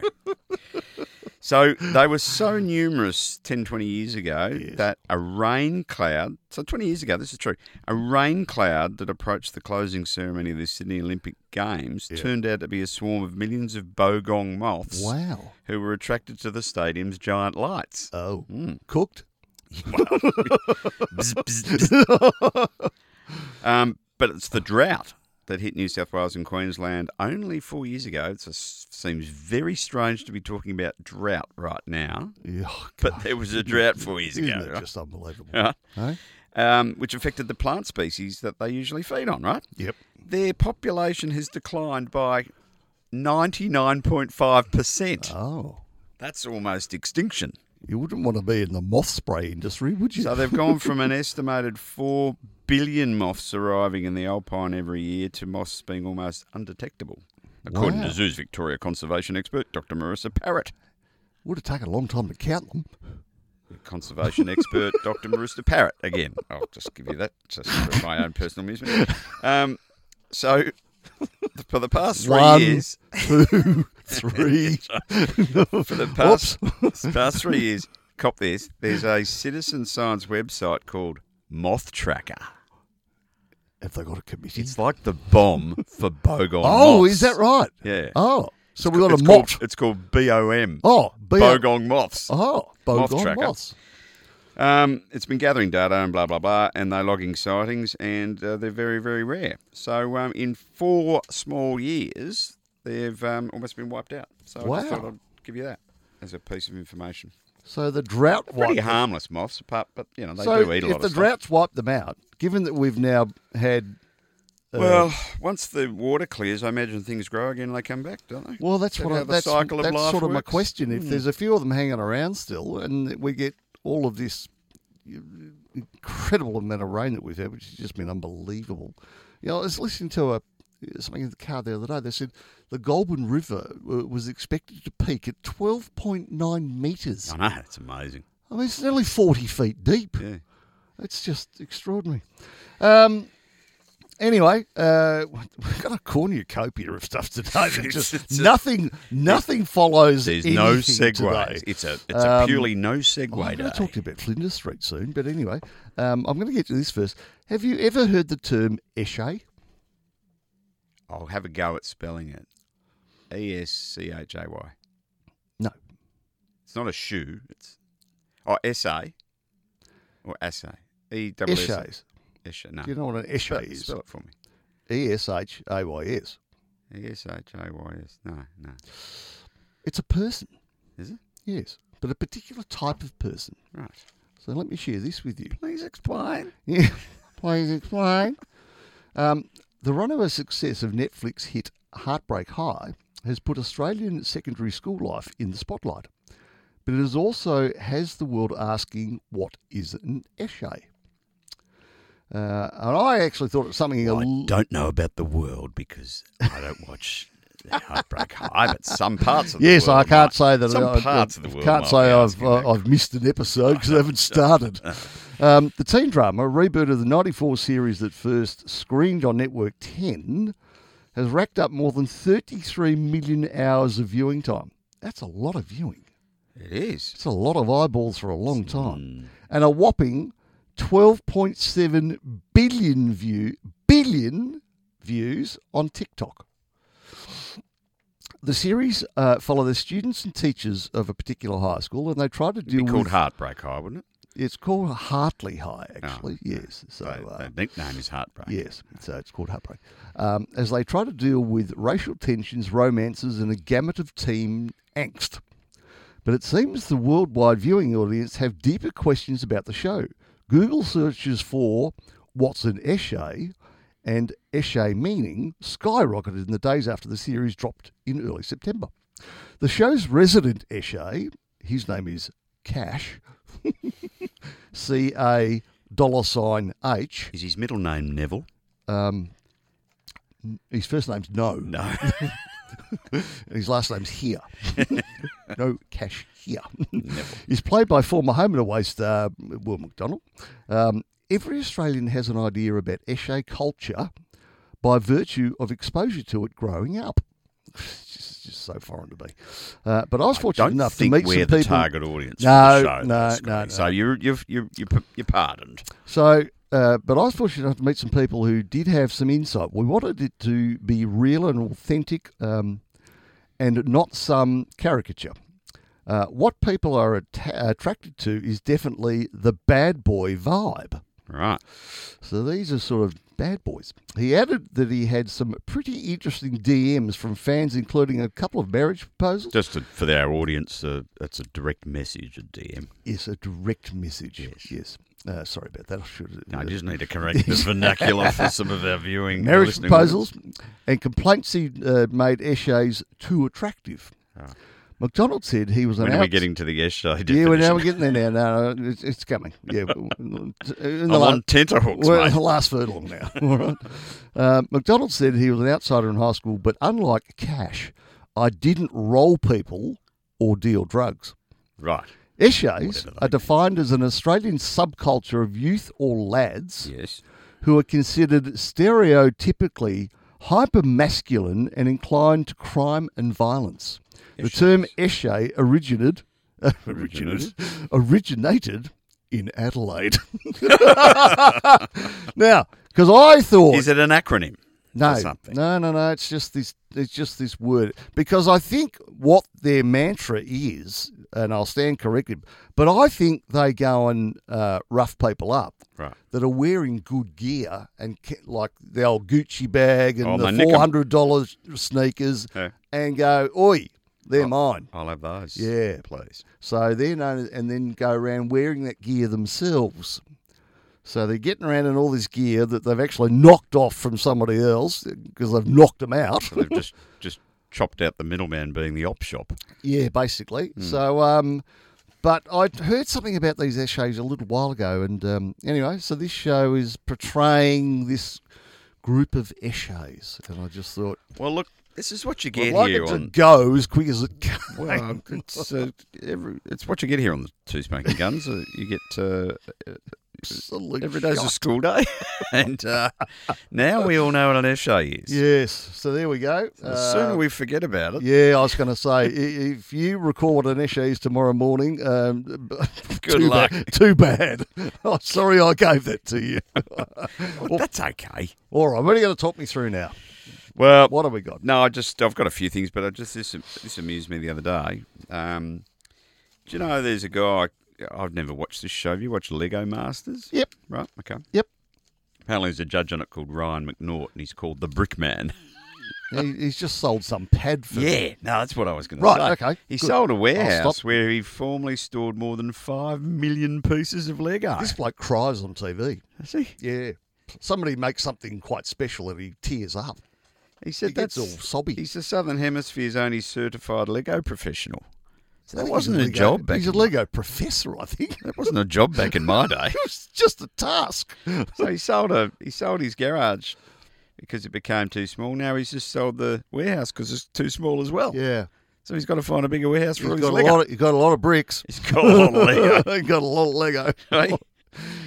Speaker 2: So they were so numerous 10, 20 years ago that a rain cloud, so 20 years ago, this is true, a rain cloud that approached the closing ceremony of the Sydney Olympic Games turned out to be a swarm of millions of bogong moths
Speaker 1: Wow.
Speaker 2: who were attracted to the stadium's giant lights.
Speaker 1: Oh, cooked.
Speaker 2: Bzz, bzz, bzz. um, but it's the drought that hit New South Wales and Queensland only four years ago. It seems very strange to be talking about drought right now,
Speaker 1: Yeah, oh,
Speaker 2: but there was a drought four years
Speaker 1: isn't
Speaker 2: ago,
Speaker 1: it
Speaker 2: right?
Speaker 1: just unbelievable?
Speaker 2: Yeah.
Speaker 1: Hey?
Speaker 2: um, which affected the plant species that they usually feed on. Right,
Speaker 1: Yep.
Speaker 2: their population has declined by ninety-nine point five percent.
Speaker 1: Oh,
Speaker 2: That's almost extinction.
Speaker 1: you wouldn't want to be in the moth spray industry, would you?
Speaker 2: So they've gone from an estimated 4 billion moths arriving in the Alpine every year to moths being almost undetectable, according
Speaker 1: Wow.
Speaker 2: to Zoos Victoria conservation expert Dr. Marissa Parrott.
Speaker 1: Would have taken a long time to count them.
Speaker 2: Conservation expert Dr. Marissa Parrott. Again, I'll just give you that just for my own personal amusement. Um, so for the past three
Speaker 1: One,
Speaker 2: years,
Speaker 1: two, three.
Speaker 2: for the past, past three years, cop this, there's a citizen science website called Moth Tracker.
Speaker 1: Have they got a committee?
Speaker 2: It's like the bomb for Bogon.
Speaker 1: oh,
Speaker 2: moths.
Speaker 1: is that right?
Speaker 2: Yeah.
Speaker 1: Oh, so we got
Speaker 2: it's
Speaker 1: a mot.
Speaker 2: Called, it's called BOM.
Speaker 1: Oh, B-
Speaker 2: Bogong moths.
Speaker 1: Oh,
Speaker 2: Moth
Speaker 1: Bogon
Speaker 2: tracker.
Speaker 1: moths.
Speaker 2: Um, it's been gathering data and blah blah blah, and they're logging sightings, and uh, they're very very rare. So um, in four small years, they've um, almost been wiped out. So I just
Speaker 1: Wow.
Speaker 2: thought I'd give you that as a piece of information.
Speaker 1: So the drought
Speaker 2: Pretty
Speaker 1: wiped. them-
Speaker 2: harmless moths, apart, but you know they
Speaker 1: so
Speaker 2: do eat a
Speaker 1: if
Speaker 2: lot
Speaker 1: the
Speaker 2: of stuff.
Speaker 1: droughts wiped them out, given that we've now had,
Speaker 2: well, once the water clears, I imagine things grow again. and They come back, don't they?
Speaker 1: well, that's
Speaker 2: that
Speaker 1: what I,
Speaker 2: how the
Speaker 1: that's,
Speaker 2: cycle of
Speaker 1: that's
Speaker 2: life
Speaker 1: sort of my
Speaker 2: works? Hmm.
Speaker 1: question. If there's a few of them hanging around still, and we get all of this incredible amount of rain that we've had, which has just been unbelievable. You know, I was listening to a something in the car the other day. They said the Goulburn River uh, was expected to peak at twelve point nine meters.
Speaker 2: I know it's amazing.
Speaker 1: I mean, it's nearly 40 feet deep.
Speaker 2: Yeah.
Speaker 1: It's just extraordinary. Um, anyway, uh, we've got a cornucopia of stuff today. that just nothing, nothing follows.
Speaker 2: There's no
Speaker 1: anything
Speaker 2: segue.
Speaker 1: today.
Speaker 2: It's a it's a
Speaker 1: Um,
Speaker 2: purely no segue
Speaker 1: Oh, I'm going
Speaker 2: day.
Speaker 1: to talk to you about Flinders Street soon, but anyway, um, I'm going to get to this first. Have you ever heard the term esche?
Speaker 2: I'll have a go at spelling it. E S C H A Y.
Speaker 1: No.
Speaker 2: It's not a shoe. It's oh S A or essay. E double S A.
Speaker 1: Esches.
Speaker 2: Esche. No.
Speaker 1: Do you know what an
Speaker 2: Spell
Speaker 1: esche
Speaker 2: it-
Speaker 1: is?
Speaker 2: Spell it for me.
Speaker 1: E S H A Y S.
Speaker 2: E S H A Y S. No, no.
Speaker 1: It's a person,
Speaker 2: Is it
Speaker 1: yes, but a particular type of person.
Speaker 2: right?
Speaker 1: So let me share this with you.
Speaker 2: Please explain.
Speaker 1: Yeah, please explain. Um, the runaway success of Netflix hit Heartbreak High has put Australian secondary school life in the spotlight, but it has also has the world asking, "What is an essay?" Uh, and I actually thought it was something. a
Speaker 2: I
Speaker 1: l-
Speaker 2: don't know about the world because I don't watch Heartbreak High, but some parts of the
Speaker 1: yes,
Speaker 2: world
Speaker 1: I can't
Speaker 2: might-
Speaker 1: say that.
Speaker 2: Some
Speaker 1: I, I-
Speaker 2: parts of
Speaker 1: I
Speaker 2: the world
Speaker 1: Can't
Speaker 2: might
Speaker 1: say I've
Speaker 2: be
Speaker 1: uh,
Speaker 2: asking that
Speaker 1: I've missed an episode because I haven't started. um, the teen drama, a reboot of the '94 series that first screened on Network 10, has racked up more than 33 million hours of viewing time. That's a lot of viewing.
Speaker 2: It is.
Speaker 1: It's a lot of eyeballs for a
Speaker 2: Hmm.
Speaker 1: long time, and a whopping 12.7 billion view billion views on TikTok. The series uh, follow the students and teachers of a particular high school, and they try to
Speaker 2: It'd
Speaker 1: deal
Speaker 2: be called Ah,
Speaker 1: with.
Speaker 2: Heartbreak High, wouldn't it?
Speaker 1: It's called Hartley High, actually. yes. So.
Speaker 2: The,
Speaker 1: uh,
Speaker 2: the nickname is Heartbreak.
Speaker 1: Yes, so it's called heartbreak. Um, as they try to deal with racial tensions, romances, and a gamut of team angst. But it seems the worldwide viewing audience have deeper questions about the show. Google searches for what's an essay and essay meaning skyrocketed in the days after the series dropped in early September. The show's resident essay, his name is Cash, C A dollar sign H,
Speaker 2: Is his middle name Neville?
Speaker 1: um, his first name's No,
Speaker 2: No.
Speaker 1: and his last name's Here. no cash here. He's played by former Home and Away star Will McDonald. Um, every Australian has an idea about Esche culture by virtue of exposure to it growing up. it's just, it's just so foreign to me. Uh, but I was fortunate
Speaker 2: Don't
Speaker 1: enough to
Speaker 2: think
Speaker 1: meet
Speaker 2: we're
Speaker 1: some
Speaker 2: the
Speaker 1: people.
Speaker 2: target audience.
Speaker 1: No,
Speaker 2: for the
Speaker 1: no,
Speaker 2: show, though,
Speaker 1: no, no.
Speaker 2: Scotty. So you're you've you're you're, you're pardoned.
Speaker 1: So, uh, but I was fortunate enough to meet some people who did have some insight. We wanted it to be real and authentic, um, and not some caricature. Uh, what people are atta attracted to is definitely the bad boy vibe.
Speaker 2: Right.
Speaker 1: So these are sort of bad boys. He added that he had some pretty interesting DMs from fans, including a couple of marriage proposals.
Speaker 2: Just to, for our audience, uh, that's a direct message, a DM.
Speaker 1: Yes, a direct message. Yes. Uh, sorry about that. I should.
Speaker 2: No, I just need to correct the vernacular for some of our viewing.
Speaker 1: marriage
Speaker 2: listening
Speaker 1: proposals and complaints he uh, made Eshays too attractive. McDonald said he was an
Speaker 2: Ah. When are we
Speaker 1: outs-
Speaker 2: getting to the yes show?
Speaker 1: yeah, well, now
Speaker 2: definition?
Speaker 1: we're getting there now. No, no, it's, it's coming. Yeah, in the
Speaker 2: I'm
Speaker 1: la-
Speaker 2: on tenterhooks,
Speaker 1: Well,
Speaker 2: mate.
Speaker 1: the last third long now. All right. Uh, McDonald said he was an outsider in high school, but unlike Cash, I didn't roll people or deal drugs.
Speaker 2: Right.
Speaker 1: Eshays are defined as an Australian subculture of youth or lads
Speaker 2: Yes.
Speaker 1: who are considered stereotypically hypermasculine and inclined to crime and violence. The term esche originated, originated, originated in Adelaide. now, because I thought
Speaker 2: Is it an acronym?
Speaker 1: no,
Speaker 2: or something?
Speaker 1: no, no, no. It's just this. It's just this word because I think what their mantra is, and I'll stand corrected, but I think they go and uh, rough people up
Speaker 2: Right.
Speaker 1: that are wearing good gear and ca- like the old Gucci bag and
Speaker 2: Oh, they
Speaker 1: the
Speaker 2: nick 'em.
Speaker 1: four hundred dollars sneakers,
Speaker 2: Yeah. Oh.
Speaker 1: and go, oi, they're mine.
Speaker 2: I'll have those.
Speaker 1: Yeah.
Speaker 2: please.
Speaker 1: So they're known, as- and then go around wearing that gear themselves. So they're getting around in all this gear that they've actually knocked off from somebody else because they've knocked them out.
Speaker 2: They've just just chopped out the middleman, being the op shop.
Speaker 1: yeah, basically.
Speaker 2: Hmm.
Speaker 1: So, um, but I heard something about these essays a little while ago, and um, anyway, so this show is portraying this group of essays, and I just thought
Speaker 2: Well, look, this is what you
Speaker 1: I'd
Speaker 2: get
Speaker 1: like
Speaker 2: here
Speaker 1: it to
Speaker 2: on.
Speaker 1: go as quick as it can.
Speaker 2: Well, it's uh, every, it's what you get here on the Two Smoking Guns. Uh, you get uh,
Speaker 1: Absolute
Speaker 2: every day's a
Speaker 1: shite.
Speaker 2: school day, and uh, now we all know what an essay is.
Speaker 1: Yes, so there we go.
Speaker 2: The sooner
Speaker 1: Uh,
Speaker 2: we forget about it,
Speaker 1: Yeah, I was going to say, i- if you recall what an issue is tomorrow morning, um,
Speaker 2: Good
Speaker 1: too
Speaker 2: luck.
Speaker 1: Bad, too bad. Oh, sorry I gave that to you.
Speaker 2: well, that's okay.
Speaker 1: All right, what are you going to talk me through now?
Speaker 2: Well,
Speaker 1: What have we got?
Speaker 2: No, I just I've got a few things, but I just this this amused me the other day. Um, do you know there's a guy I've never watched this show. Have you watched Lego Masters?
Speaker 1: Yep.
Speaker 2: Right. Okay.
Speaker 1: Yep.
Speaker 2: Apparently, there's a judge on it called Ryan McNaught, and he's called the Brickman.
Speaker 1: He, he's just sold some pad for
Speaker 2: Yeah, no, that's what I was going to
Speaker 1: Right,
Speaker 2: say.
Speaker 1: okay,
Speaker 2: He
Speaker 1: good.
Speaker 2: sold a
Speaker 1: I'll
Speaker 2: warehouse
Speaker 1: stop.
Speaker 2: where he formerly stored more than five million pieces of Lego.
Speaker 1: This bloke cries on TV.
Speaker 2: See,
Speaker 1: Yeah. Somebody makes something quite special and he tears up.
Speaker 2: he said
Speaker 1: He
Speaker 2: that's
Speaker 1: gets all sobby.
Speaker 2: He's the Southern Hemisphere's only certified Lego professional. So that
Speaker 1: I think
Speaker 2: wasn't
Speaker 1: he's
Speaker 2: a,
Speaker 1: Lego-
Speaker 2: job back.
Speaker 1: He's a
Speaker 2: in-
Speaker 1: Lego professor, I think.
Speaker 2: That wasn't a job back in my day.
Speaker 1: It's just a task.
Speaker 2: So he sold a he sold his garage because it became too small. Now he's just sold the warehouse because it's too small as well.
Speaker 1: Yeah.
Speaker 2: So he's got to find a bigger warehouse for
Speaker 1: He's
Speaker 2: all his
Speaker 1: got, a
Speaker 2: Lego.
Speaker 1: lot of, he's got a lot of bricks.
Speaker 2: he's got a lot of Lego.
Speaker 1: he's got a lot of Lego.
Speaker 2: right?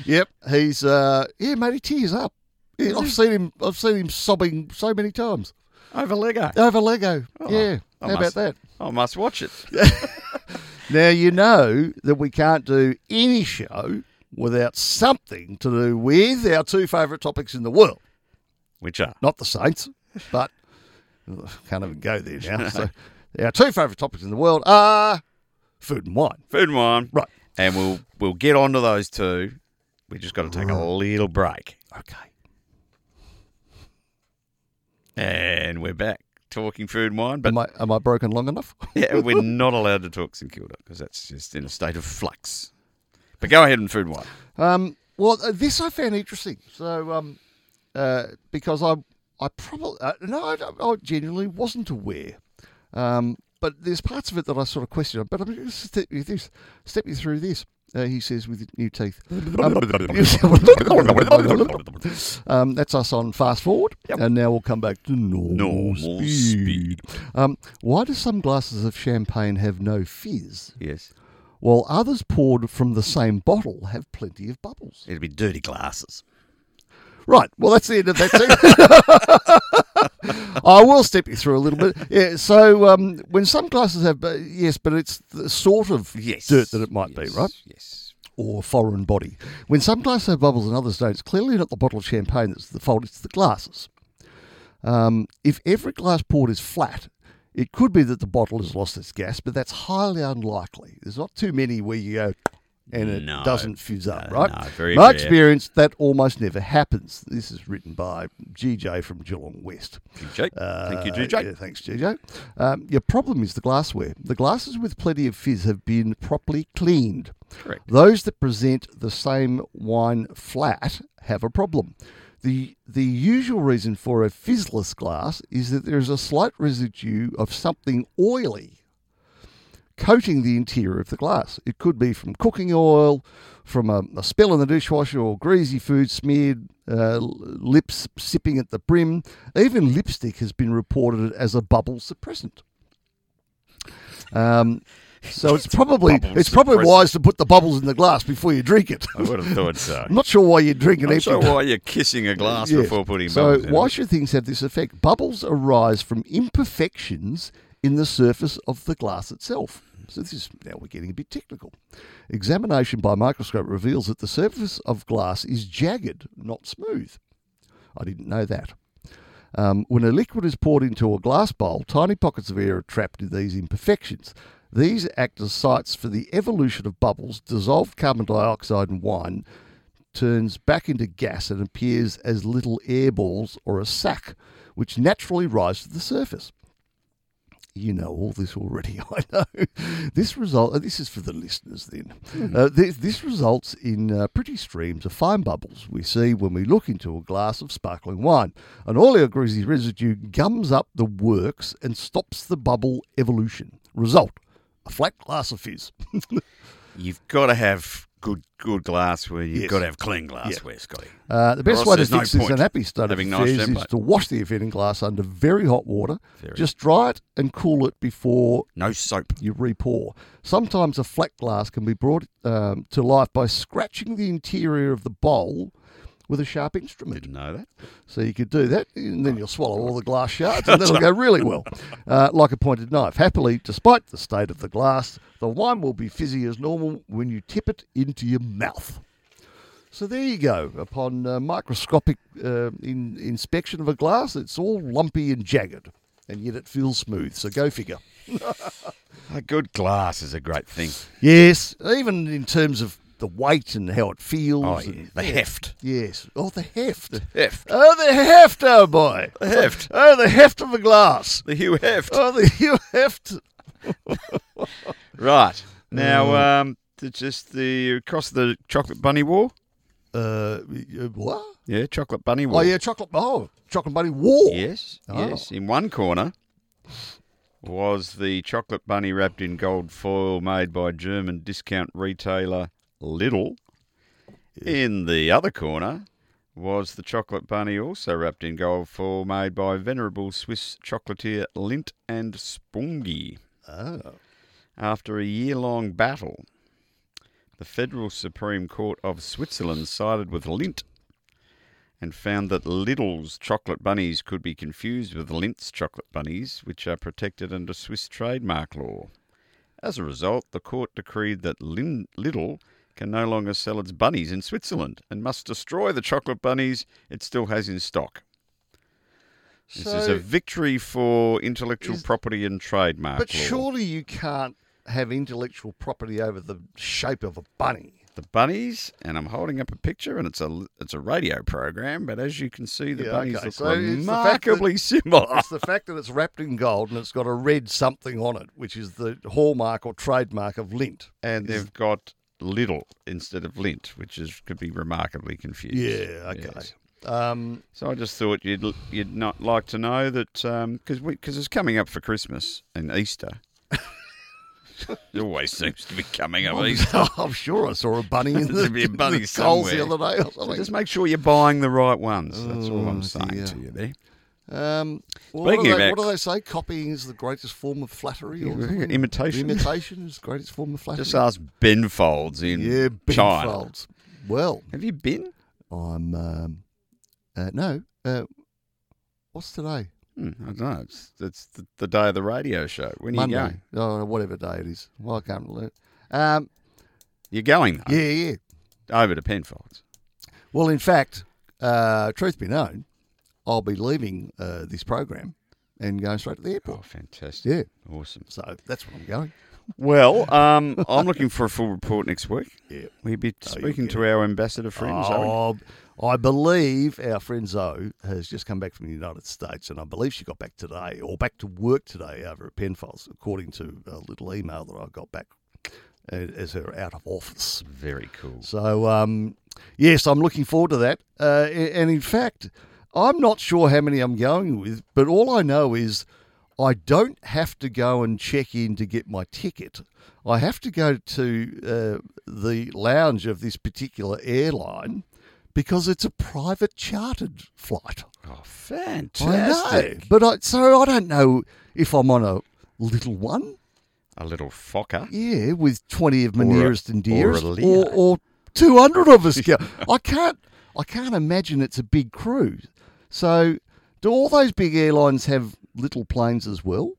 Speaker 1: Yep, he's uh yeah, mate, he tears up. Yeah, I've seen him. I've seen him sobbing so many times
Speaker 2: Over Lego.
Speaker 1: over Lego. yeah,
Speaker 2: Oh, I
Speaker 1: how about
Speaker 2: must-
Speaker 1: that?
Speaker 2: I must watch it.
Speaker 1: Now you know that we can't do any show without something to do with our two favourite topics in the world.
Speaker 2: Which uh, are
Speaker 1: Not the Saints, but can't even go there now. So our two favourite topics in the world are food and wine.
Speaker 2: food and wine.
Speaker 1: Right.
Speaker 2: And we'll we'll get onto those two. We just got to take a little break,
Speaker 1: Okay.
Speaker 2: and we're back talking food and wine. But
Speaker 1: Am I am I broken long enough?
Speaker 2: yeah, we're not allowed to talk St Kilda because that's just in a state of flux. But go ahead and food and wine.
Speaker 1: Um, well, uh, this I found interesting. So, um, uh, because I, I probably uh, no, I, don't- I genuinely wasn't aware. Um, but there's parts of it that I sort of question. But I'm going to step you this. Step you through this. Uh, he says with new teeth. Um, um, that's us on fast forward, and now we'll come back to normal,
Speaker 2: Normal speed.
Speaker 1: Um, why do some glasses of champagne have no fizz,
Speaker 2: Yes.
Speaker 1: while others poured from the same bottle have plenty of bubbles?
Speaker 2: It'd be dirty glasses.
Speaker 1: Right. Well, that's the end of that segment. I will step you through a little bit. Yeah. So um, when some classes have, uh, yes, but it's the sort of
Speaker 2: Yes.
Speaker 1: dirt that it might be, right?
Speaker 2: Yes.
Speaker 1: Or foreign body. When some glasses have bubbles and others don't, it's clearly not the bottle of champagne that's the fault. It's the glasses. Um, if every glass poured is flat. It could be that the bottle has lost its gas, but that's highly unlikely. There's not too many where you go and it
Speaker 2: No.
Speaker 1: doesn't fuse up,
Speaker 2: No,
Speaker 1: right?
Speaker 2: no, very
Speaker 1: My
Speaker 2: rare.
Speaker 1: experience, that almost never happens. This is written by GJ from Geelong West.
Speaker 2: GJ. Thank you,
Speaker 1: Uh,
Speaker 2: GJ.
Speaker 1: yeah, thanks, GJ. Um, your problem is the glassware. The glasses with plenty of fizz have been properly cleaned.
Speaker 2: Correct.
Speaker 1: Those that present the same wine flat have a problem. The, the usual reason for a fizzless glass is that there is a slight residue of something oily coating the interior of the glass. It could be from cooking oil, from a, a spill in the dishwasher, or greasy food smeared uh, lips sipping at the brim. Even lipstick has been reported as a bubble suppressant. Um, so it's probably
Speaker 2: Bubble
Speaker 1: it's probably
Speaker 2: suppressant.
Speaker 1: wise to put the bubbles in the glass before you drink it.
Speaker 2: I would have thought so.
Speaker 1: I'm not sure why you drink an
Speaker 2: I'm
Speaker 1: empty.
Speaker 2: sure why you're kissing a glass
Speaker 1: Yes.
Speaker 2: before putting
Speaker 1: So
Speaker 2: bubbles in
Speaker 1: why
Speaker 2: it.
Speaker 1: should things have this effect? Bubbles arise from imperfections in the surface of the glass itself. So this is now we're getting a bit technical. Examination by microscope reveals that the surface of glass is jagged, not smooth. I didn't know that. Um, when a liquid is poured into a glass bowl, tiny pockets of air are trapped in these imperfections. These act as sites for the evolution of bubbles. Dissolved carbon dioxide in wine turns back into gas and appears as little air balls or a sac, which naturally rise to the surface. You know all this already, I know. This result, uh, this is for the listeners then. Uh, this, this results in uh, pretty streams of fine bubbles we see when we look into a glass of sparkling wine. An oily greasy residue gums up the works and stops the bubble evolution. Result, a flat glass of fizz.
Speaker 2: You've got to have good good glassware. You've
Speaker 1: Yes.
Speaker 2: got to have clean glassware, Scotty.
Speaker 1: Uh, the best
Speaker 2: else
Speaker 1: way to
Speaker 2: there's no
Speaker 1: fix this
Speaker 2: point
Speaker 1: unhappy state of
Speaker 2: having nice
Speaker 1: affairs is
Speaker 2: champagne.
Speaker 1: to wash the offending glass under very hot water.
Speaker 2: Very.
Speaker 1: Just dry it and cool it before
Speaker 2: No soap.
Speaker 1: you repour. Sometimes a flat glass can be brought um, to life by scratching the interior of the bowl with a sharp instrument.
Speaker 2: Didn't know that.
Speaker 1: So you could do that, and then you'll swallow all the glass shards, and that'll go really well, uh, like a pointed knife. Happily, despite the state of the glass, the wine will be fizzy as normal when you tip it into your mouth. So there you go. Upon uh, microscopic uh, in, inspection of a glass, it's all lumpy and jagged, and yet it feels smooth. So go figure.
Speaker 2: A good glass is a great thing.
Speaker 1: Yes, even in terms of the weight and how it feels.
Speaker 2: Oh, yeah.
Speaker 1: and-
Speaker 2: The heft.
Speaker 1: Yes. Oh, the heft.
Speaker 2: Heft.
Speaker 1: Oh, the heft, oh boy. The
Speaker 2: heft.
Speaker 1: Oh, the heft of a glass.
Speaker 2: The Hugh Heft.
Speaker 1: Oh, the you heft.
Speaker 2: Right. Now, um, th- just the across the chocolate bunny war.
Speaker 1: Uh, y- what?
Speaker 2: Yeah, chocolate bunny
Speaker 1: Oh
Speaker 2: war.
Speaker 1: yeah, chocolate. Oh, chocolate bunny war.
Speaker 2: Yes.
Speaker 1: Oh.
Speaker 2: Yes. In one corner was the chocolate bunny wrapped in gold foil made by German discount retailer Lidl. In the other corner was the chocolate bunny also wrapped in gold foil made by venerable Swiss chocolatier Lindt and Spongy.
Speaker 1: Oh.
Speaker 2: After a year long battle, the Federal Supreme Court of Switzerland sided with Lindt and found that Lidl's chocolate bunnies could be confused with Lindt's chocolate bunnies, which are protected under Swiss trademark law. As a result, the court decreed that Lin- Lidl can no longer sell its bunnies in Switzerland and must destroy the chocolate bunnies it still has in stock. This is a
Speaker 1: So-
Speaker 2: victory for intellectual property and trademark
Speaker 1: But
Speaker 2: law.
Speaker 1: surely you can't have intellectual property over the shape of a bunny.
Speaker 2: the bunnies, and I'm holding up a picture, and it's a it's a radio program. But as you can see, the
Speaker 1: Yeah,
Speaker 2: bunnies
Speaker 1: okay.
Speaker 2: look
Speaker 1: So it's the fact that-
Speaker 2: remarkably similar.
Speaker 1: It's the fact that it's wrapped in gold and it's got a red something on it, which is the hallmark or trademark of lint.
Speaker 2: And they've got little instead of lint, which is could be remarkably confused.
Speaker 1: Yeah. Okay.
Speaker 2: Yes.
Speaker 1: Um,
Speaker 2: So I just thought you'd l- you'd not like to know that um, because because it's coming up for Christmas and Easter. it always seems to be coming up Easter.
Speaker 1: I'm sure I saw a bunny in the,
Speaker 2: There'd be a
Speaker 1: in the
Speaker 2: bunny
Speaker 1: Coles the
Speaker 2: somewhere.
Speaker 1: other day or
Speaker 2: So
Speaker 1: something.
Speaker 2: just make sure you're buying the right ones. That's all
Speaker 1: Oh,
Speaker 2: I'm saying
Speaker 1: dear.
Speaker 2: to you there.
Speaker 1: Um, well,
Speaker 2: Speaking
Speaker 1: what, do
Speaker 2: of
Speaker 1: they,
Speaker 2: ex-
Speaker 1: what do they say? Copying is the greatest form of flattery. Or something?
Speaker 2: Imitation.
Speaker 1: Imitation is the greatest form of flattery.
Speaker 2: Just ask Ben Folds in
Speaker 1: yeah, big
Speaker 2: China.
Speaker 1: folds. Well,
Speaker 2: Have you been?
Speaker 1: I'm um, Uh, no. Uh, what's today?
Speaker 2: Hmm, I don't know. It's, it's the, the day of the radio show. When are you
Speaker 1: Monday.
Speaker 2: going?
Speaker 1: Oh, whatever day it is. Well, I can't remember. Um,
Speaker 2: You're going, though,
Speaker 1: yeah, yeah.
Speaker 2: over to Penfolds.
Speaker 1: Well, in fact, uh, truth be known, I'll be leaving uh, this program and going straight to the airport.
Speaker 2: Oh, fantastic.
Speaker 1: Yeah.
Speaker 2: Awesome.
Speaker 1: So that's where I'm going.
Speaker 2: Well, um, I'm looking for a full report next week.
Speaker 1: Yeah. Oh,
Speaker 2: We'll be speaking
Speaker 1: get
Speaker 2: to our ambassador friend, Zoe.
Speaker 1: Oh, I believe our friend Zoe has just come back from the United States, and I believe she got back today or back to work today over at Penfolds, according to a little email that I got back uh, as her out of office.
Speaker 2: Very cool.
Speaker 1: So, um, yes, I'm looking forward to that. Uh, a- and in fact, I'm not sure how many I'm going with, but all I know is I don't have to go and check in to get my ticket. I have to go to uh, the lounge of this particular airline because it's a private chartered flight.
Speaker 2: Oh,
Speaker 1: I
Speaker 2: fantastic.
Speaker 1: know, but I, so I don't know if I'm on a little one.
Speaker 2: A little focker.
Speaker 1: Yeah, with twenty of my
Speaker 2: Or a-
Speaker 1: nearest and dearest,
Speaker 2: or a
Speaker 1: or,
Speaker 2: Leo.
Speaker 1: or, two hundred of us. go. I can't, I can't imagine it's a big cruise. So, do all those big airlines have little planes as well?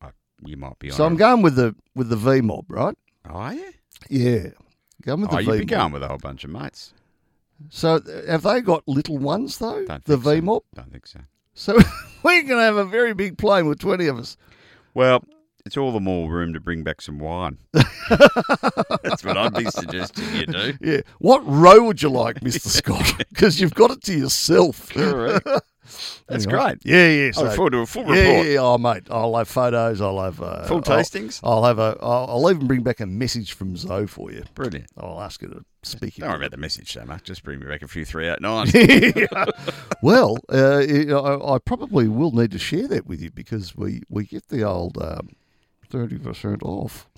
Speaker 2: I- you might be on.
Speaker 1: So I'm
Speaker 2: a-
Speaker 1: going with the with the V mob, right?
Speaker 2: Are you?
Speaker 1: Yeah, going with the
Speaker 2: Oh,
Speaker 1: V
Speaker 2: you'd
Speaker 1: mob.
Speaker 2: be going with a whole bunch of mates.
Speaker 1: So th- have they got little ones though?
Speaker 2: Don't
Speaker 1: the
Speaker 2: think so.
Speaker 1: V mob.
Speaker 2: Don't think so.
Speaker 1: So we're gonna have a very big plane with twenty of us.
Speaker 2: Well, it's all the more room to bring back some wine. That's what I'd be suggesting you do.
Speaker 1: Yeah. What row would you like, Mister Scott? Because you've got it to yourself.
Speaker 2: Correct. That's
Speaker 1: Anyway.
Speaker 2: great. Oh,
Speaker 1: Yeah, yeah.
Speaker 2: I
Speaker 1: So
Speaker 2: look forward to a full
Speaker 1: Yeah,
Speaker 2: report.
Speaker 1: Yeah, yeah, oh mate, I'll have photos. I'll have uh,
Speaker 2: Full
Speaker 1: I'll-
Speaker 2: tastings?
Speaker 1: I'll, have a. I'll, I'll even bring back a message from Zoe for you.
Speaker 2: Brilliant.
Speaker 1: I'll ask her to speak.
Speaker 2: Don't worry about the message so much. Just bring me back a few three out nine.
Speaker 1: well, uh, you know, I, I probably will need to share that with you because we we get the old um, thirty percent off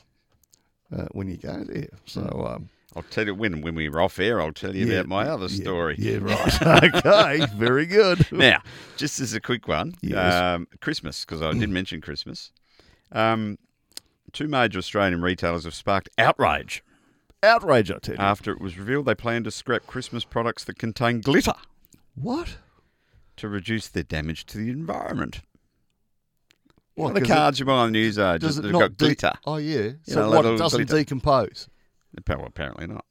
Speaker 1: uh, when you go there. So. Um,
Speaker 2: I'll tell you when. When we're off air, I'll tell you
Speaker 1: yeah,
Speaker 2: Hmm. about my other
Speaker 1: yeah,
Speaker 2: story.
Speaker 1: Yeah, right. okay, very good.
Speaker 2: Now, just as a quick one,
Speaker 1: Yes. Mm.
Speaker 2: um, Christmas, because I did mention Christmas. Um, two major Australian retailers have sparked outrage
Speaker 1: Outrage, I tell you.
Speaker 2: after it was revealed they plan to scrap Christmas products that contain glitter
Speaker 1: what?
Speaker 2: to reduce their damage to the environment.
Speaker 1: What?
Speaker 2: the
Speaker 1: 'cause it-
Speaker 2: cards you buy on the newsagents
Speaker 1: does it
Speaker 2: have
Speaker 1: not
Speaker 2: got
Speaker 1: de-
Speaker 2: glitter.
Speaker 1: Oh yeah.
Speaker 2: You
Speaker 1: So
Speaker 2: know,
Speaker 1: what?
Speaker 2: little
Speaker 1: It doesn't
Speaker 2: glitter.
Speaker 1: decompose.
Speaker 2: Well, apparently not.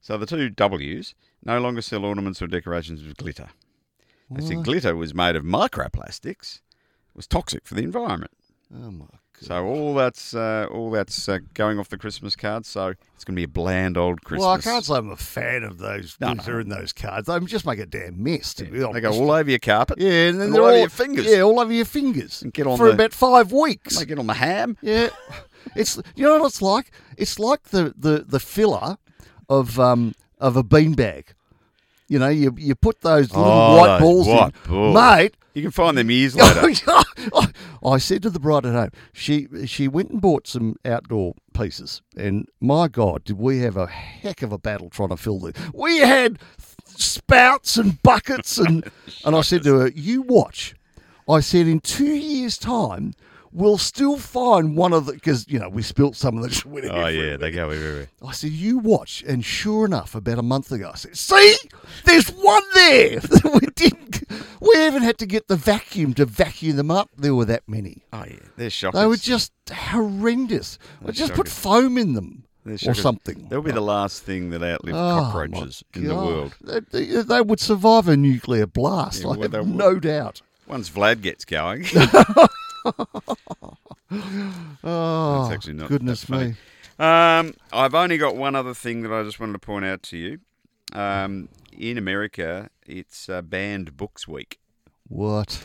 Speaker 2: So the two W's no longer sell ornaments or decorations with glitter. They said glitter was made of microplastics, was toxic for the environment.
Speaker 1: Oh my god.
Speaker 2: So all that's uh, all that's uh, going off the Christmas cards. So it's going to be a bland old Christmas.
Speaker 1: Well, I can't say I'm a fan of those
Speaker 2: No,
Speaker 1: that are in those cards. They just make a damn mess. To be honest.
Speaker 2: They go all over your carpet.
Speaker 1: yeah, and then
Speaker 2: and
Speaker 1: they're
Speaker 2: all over
Speaker 1: all-
Speaker 2: your fingers.
Speaker 1: Yeah, all over your fingers.
Speaker 2: And get on
Speaker 1: for
Speaker 2: the-
Speaker 1: about five weeks.
Speaker 2: They get on the ham.
Speaker 1: yeah, it's you know what it's like. It's like the the, the filler of um of a beanbag. You know, you you put those little
Speaker 2: Oh,
Speaker 1: white
Speaker 2: those
Speaker 1: balls
Speaker 2: white
Speaker 1: in,
Speaker 2: balls.
Speaker 1: mate.
Speaker 2: You can find them
Speaker 1: Oh,
Speaker 2: years later.
Speaker 1: I said to the bride at home, she she went and bought some outdoor pieces, and my God, did we have a heck of a battle trying to fill this. We had spouts and buckets, and and I said to her, "You watch." I said, "In two years' time, we'll still find one of the because you know we spilt some of the went
Speaker 2: oh
Speaker 1: everywhere.
Speaker 2: yeah, they go everywhere.
Speaker 1: I said, "You watch," and sure enough, about a month ago, I said, "See, there's one there." we didn't. We even had to get the vacuum to vacuum them up. There were that many.
Speaker 2: Oh yeah, they're shocking.
Speaker 1: They were just horrendous. I just put foam in them or something.
Speaker 2: They'll be the last thing that outlive
Speaker 1: Oh, my
Speaker 2: cockroaches in the
Speaker 1: God.
Speaker 2: world.
Speaker 1: They, they- they would survive a nuclear blast.
Speaker 2: Yeah,
Speaker 1: I
Speaker 2: well,
Speaker 1: have
Speaker 2: they would.
Speaker 1: no doubt.
Speaker 2: Once Vlad gets going,
Speaker 1: Oh,
Speaker 2: That's actually not
Speaker 1: goodness
Speaker 2: that funny.
Speaker 1: me.
Speaker 2: Um, I've only got one other thing that I just wanted to point out to you. Um, in America, it's uh, banned books week.
Speaker 1: What?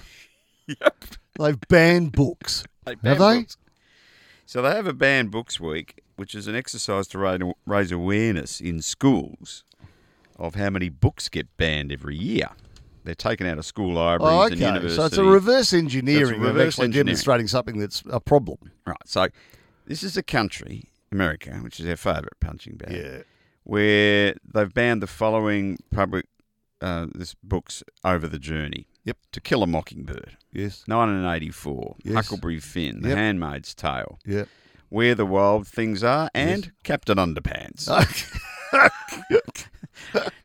Speaker 1: They've banned books. Have they?
Speaker 2: So they have a banned books week, which is an exercise to raise, raise awareness in schools of how many books get banned every year. They're taken out of school libraries
Speaker 1: Oh, okay.
Speaker 2: and universities.
Speaker 1: So it's a reverse engineering of
Speaker 2: reverse
Speaker 1: actually
Speaker 2: engineering.
Speaker 1: demonstrating something that's a problem.
Speaker 2: right. So this is a country, America, which is our favourite punching bag.
Speaker 1: Yeah.
Speaker 2: where they've banned the following public uh, this books over the journey.
Speaker 1: Yep.
Speaker 2: To Kill a Mockingbird,
Speaker 1: Yes.
Speaker 2: 1984,
Speaker 1: Yes.
Speaker 2: Huckleberry Finn, The
Speaker 1: Yep.
Speaker 2: Handmaid's Tale,
Speaker 1: Yeah.
Speaker 2: Where
Speaker 1: Ah.
Speaker 2: the Wild Things Are, and Captain Underpants.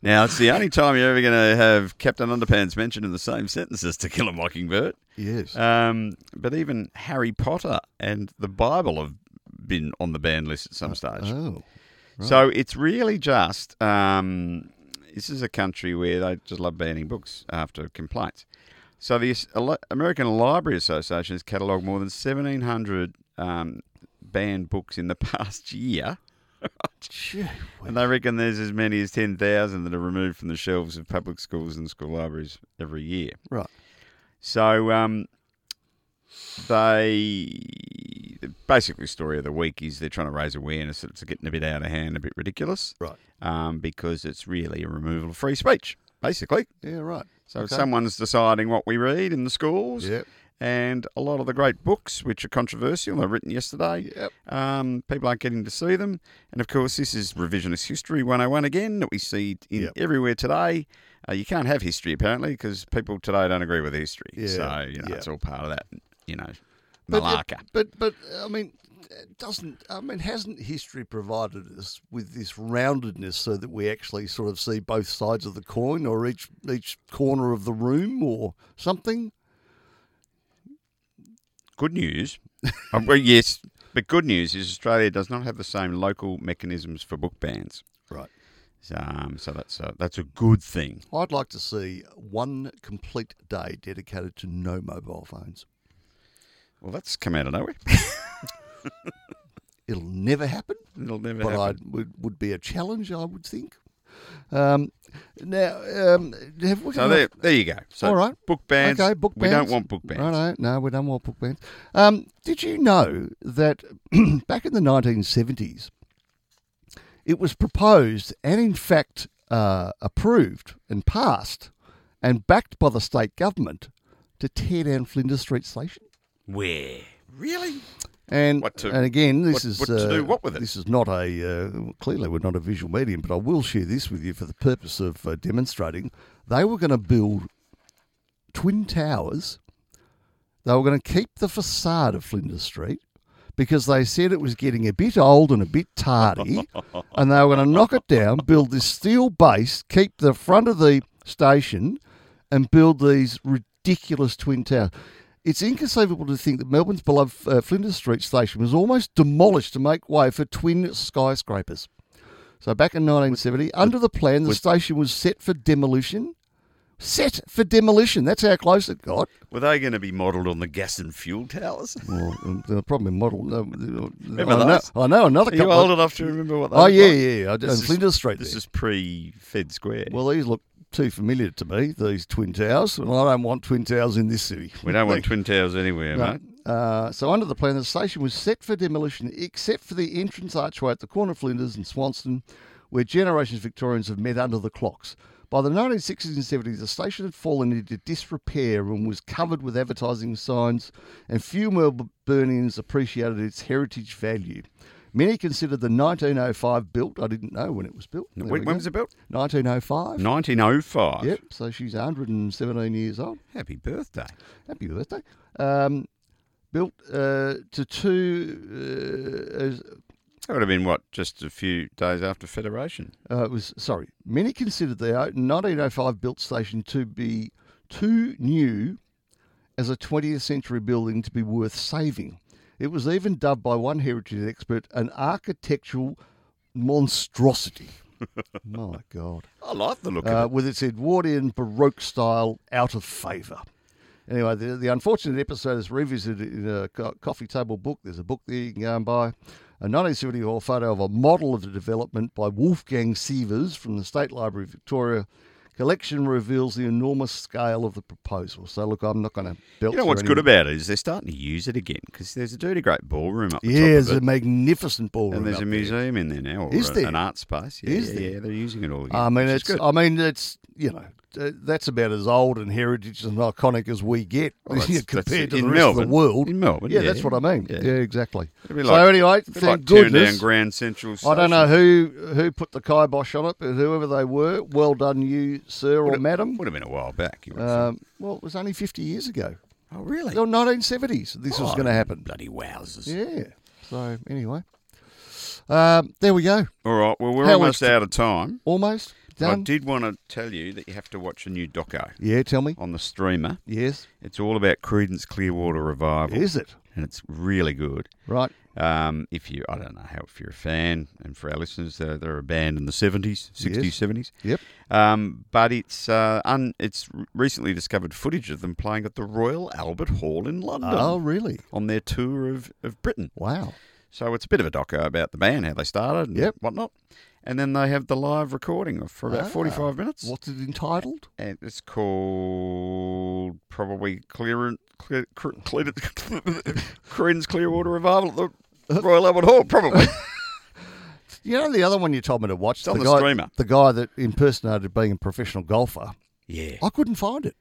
Speaker 2: Now, it's the only time you're ever going to have Captain Underpants mentioned in the same sentence as To Kill a Mockingbird.
Speaker 1: Yes.
Speaker 2: Um, but even Harry Potter and the Bible have been on the banned list at some stage.
Speaker 1: oh.
Speaker 2: So it's really just um, this is a country where they just love banning books after complaints. So the As- Al- American Library Association has catalogued more than 1,700 um, banned books in the past year. and they reckon there's as many as 10,000 that are removed from the shelves of public schools and school libraries every year.
Speaker 1: Right.
Speaker 2: So um, they the basically story of the week is they're trying to raise awareness that it's getting a bit out of hand, a bit ridiculous,
Speaker 1: Right.
Speaker 2: um, because it's really a removal of free speech, basically.
Speaker 1: Yeah, right.
Speaker 2: So someone's deciding what we read in the schools,
Speaker 1: Yep.
Speaker 2: and a lot of the great books, which are controversial, they're written yesterday.
Speaker 1: Yep.
Speaker 2: Um, people aren't getting to see them, and of course, this is revisionist history 101 again that we see in
Speaker 1: Yep.
Speaker 2: everywhere today. Uh, you can't have history apparently because people today don't agree with history,
Speaker 1: Yeah,
Speaker 2: so you know
Speaker 1: yeah.
Speaker 2: it's all part of that, you know,
Speaker 1: But-
Speaker 2: malarca.
Speaker 1: But, but I mean, it doesn't I mean hasn't history provided us with this roundedness so that we actually sort of see both sides of the coin or each each corner of the room or something?
Speaker 2: Good news. Um, well, yes, but good news is Australia does not have the same local mechanisms for book bans.
Speaker 1: Right.
Speaker 2: So, um, so that's a, that's a good thing.
Speaker 1: I'd like to see one complete day dedicated to no mobile phones.
Speaker 2: Well, that's come out of nowhere.
Speaker 1: It'll never happen,
Speaker 2: It'll never
Speaker 1: but I
Speaker 2: happen.
Speaker 1: would would be a challenge, I would think. Um, now, um, have we got
Speaker 2: So
Speaker 1: enough-
Speaker 2: there, there you go. So
Speaker 1: All right.
Speaker 2: book bans.
Speaker 1: Okay, book
Speaker 2: We don't
Speaker 1: bans.
Speaker 2: want book bans.
Speaker 1: Right, no, we don't want book bans. Um, did you know that back in the 1970s, it was proposed and in fact uh, approved and passed and backed by the state government to tear down Flinders Street Station?
Speaker 2: Where? Really?
Speaker 1: And
Speaker 2: What to-
Speaker 1: and again, this
Speaker 2: what-
Speaker 1: is
Speaker 2: what to
Speaker 1: uh,
Speaker 2: do, what with it?
Speaker 1: This is not a uh, clearly we're not a visual medium, but I will share this with you for the purpose of uh, demonstrating. They were going to build twin towers. They were going to keep the facade of Flinders Street because they said it was getting a bit old and a bit tardy, and they were going to knock it down, build this steel base, keep the front of the station, and build these ridiculous twin towers. It's inconceivable to think that Melbourne's beloved uh, Flinders Street station was almost demolished to make way for twin skyscrapers. So back in 1970, under the plan, the station was set for demolition. Set for demolition. That's how close it got.
Speaker 2: Were they going to be modelled on the gas and fuel towers?
Speaker 1: Well, um, the problem in model. No, uh,
Speaker 2: Remember
Speaker 1: I, know,
Speaker 2: those?
Speaker 1: I know another
Speaker 2: Are you
Speaker 1: couple.
Speaker 2: old
Speaker 1: of-
Speaker 2: enough to remember what they
Speaker 1: oh
Speaker 2: look
Speaker 1: yeah,
Speaker 2: like?
Speaker 1: yeah, yeah. I-
Speaker 2: This
Speaker 1: on
Speaker 2: is-
Speaker 1: Flinders Street.
Speaker 2: This
Speaker 1: there.
Speaker 2: is pre-Fed Square.
Speaker 1: well, these look too familiar to me. These twin towers, and I don't want twin towers in this city.
Speaker 2: we don't want twin towers anywhere, mate.
Speaker 1: Uh, so under the plan, the station was set for demolition, except for the entrance archway at the corner of Flinders and Swanston, where generations of Victorians have met under the clocks. By the 1960s and 70s, the station had fallen into disrepair and was covered with advertising signs, and few Melbournians appreciated its heritage value. Many considered the 1905 built. I didn't know when it was built. There
Speaker 2: When,
Speaker 1: we go.
Speaker 2: when was it built?
Speaker 1: 1905.
Speaker 2: 1905.
Speaker 1: Yep. So she's 117 years old.
Speaker 2: Happy birthday.
Speaker 1: Happy birthday. Um, built uh, to two. Uh, as-
Speaker 2: That would have been what just a few days after Federation.
Speaker 1: uh, it was sorry. Many considered the 1905 built station to be too new as a 20th century building to be worth saving. It was even dubbed by one heritage expert an architectural monstrosity. My God.
Speaker 2: I like the look
Speaker 1: uh,
Speaker 2: of it.
Speaker 1: with its Edwardian Baroque style out of favour. Anyway, the, the unfortunate episode is revisited in a co- coffee table book. There's a book there you can go and buy. A 1974 photo of a model of the development by Wolfgang Sievers from the State Library of Victoria collection reveals the enormous scale of the proposal. So, look, I'm not going to belt
Speaker 2: You know
Speaker 1: through
Speaker 2: what's good
Speaker 1: any-
Speaker 2: about it is they're starting to use it again because there's a dirty great ballroom up the
Speaker 1: Yeah,
Speaker 2: top
Speaker 1: there's
Speaker 2: of
Speaker 1: a
Speaker 2: it,
Speaker 1: magnificent ballroom.
Speaker 2: and there's
Speaker 1: up
Speaker 2: a
Speaker 1: there.
Speaker 2: museum in there now, or
Speaker 1: Is
Speaker 2: a-
Speaker 1: there?
Speaker 2: an art space. Yeah,
Speaker 1: Is
Speaker 2: yeah,
Speaker 1: there?
Speaker 2: yeah, they're using it all. Again,
Speaker 1: I mean,
Speaker 2: which is
Speaker 1: it's.
Speaker 2: good.
Speaker 1: I mean, it's. You know, uh, that's about as old and heritage and iconic as we get
Speaker 2: Well, that's-
Speaker 1: compared
Speaker 2: that's it.
Speaker 1: to the
Speaker 2: In
Speaker 1: rest of
Speaker 2: Melbourne.
Speaker 1: the world.
Speaker 2: In Melbourne,
Speaker 1: yeah,
Speaker 2: yeah.
Speaker 1: that's what I mean. Yeah,
Speaker 2: Yeah.
Speaker 1: exactly.
Speaker 2: It'd be
Speaker 1: so
Speaker 2: like-
Speaker 1: anyway,
Speaker 2: it'd be
Speaker 1: thank
Speaker 2: like tearing down
Speaker 1: goodness.
Speaker 2: Grand Central.
Speaker 1: I don't
Speaker 2: Station.
Speaker 1: know who who put the kibosh on it, but whoever they were, well done, you sir or
Speaker 2: Would have-
Speaker 1: madam.
Speaker 2: Would have been a while back. You would have
Speaker 1: Um, well, it was only fifty years ago,
Speaker 2: thought. oh, really?
Speaker 1: the 1970s. This was
Speaker 2: Oh,
Speaker 1: going to happen.
Speaker 2: Bloody wowzers.
Speaker 1: Yeah. So anyway, um, there we go.
Speaker 2: All right. Well, we're
Speaker 1: How
Speaker 2: almost
Speaker 1: was the-
Speaker 2: out of time.
Speaker 1: Almost.
Speaker 2: I
Speaker 1: done?
Speaker 2: did want to tell you that you have to watch a new doco
Speaker 1: Yeah, tell me.
Speaker 2: on the streamer.
Speaker 1: Yes.
Speaker 2: It's all about Credence Clearwater Revival.
Speaker 1: Is it?
Speaker 2: And it's really good.
Speaker 1: Right.
Speaker 2: Um, if you, I don't know how, if you're a fan, and for our listeners, they're, they're a band in the 70s, 60s,
Speaker 1: Yes.
Speaker 2: 70s.
Speaker 1: Yep.
Speaker 2: Um, but it's uh, un, it's r- recently discovered footage of them playing at the Royal Albert Hall in London
Speaker 1: Oh, really?
Speaker 2: on their tour of, of Britain.
Speaker 1: Wow.
Speaker 2: So it's a bit of a doco about the band, how they started and
Speaker 1: Yep.
Speaker 2: whatnot. And then they have the live recording of- for about
Speaker 1: Ah.
Speaker 2: 45 minutes.
Speaker 1: What's it entitled?
Speaker 2: And it's called probably Clearance Clear, Cre- Clear, Creedence Clearwater Revival at
Speaker 1: Uh.
Speaker 2: the Royal Albert Hall, probably.
Speaker 1: You know the other one you told me to watch.
Speaker 2: on the
Speaker 1: guy,
Speaker 2: streamer.
Speaker 1: The guy that impersonated being a professional golfer.
Speaker 2: yeah.
Speaker 1: I couldn't find it.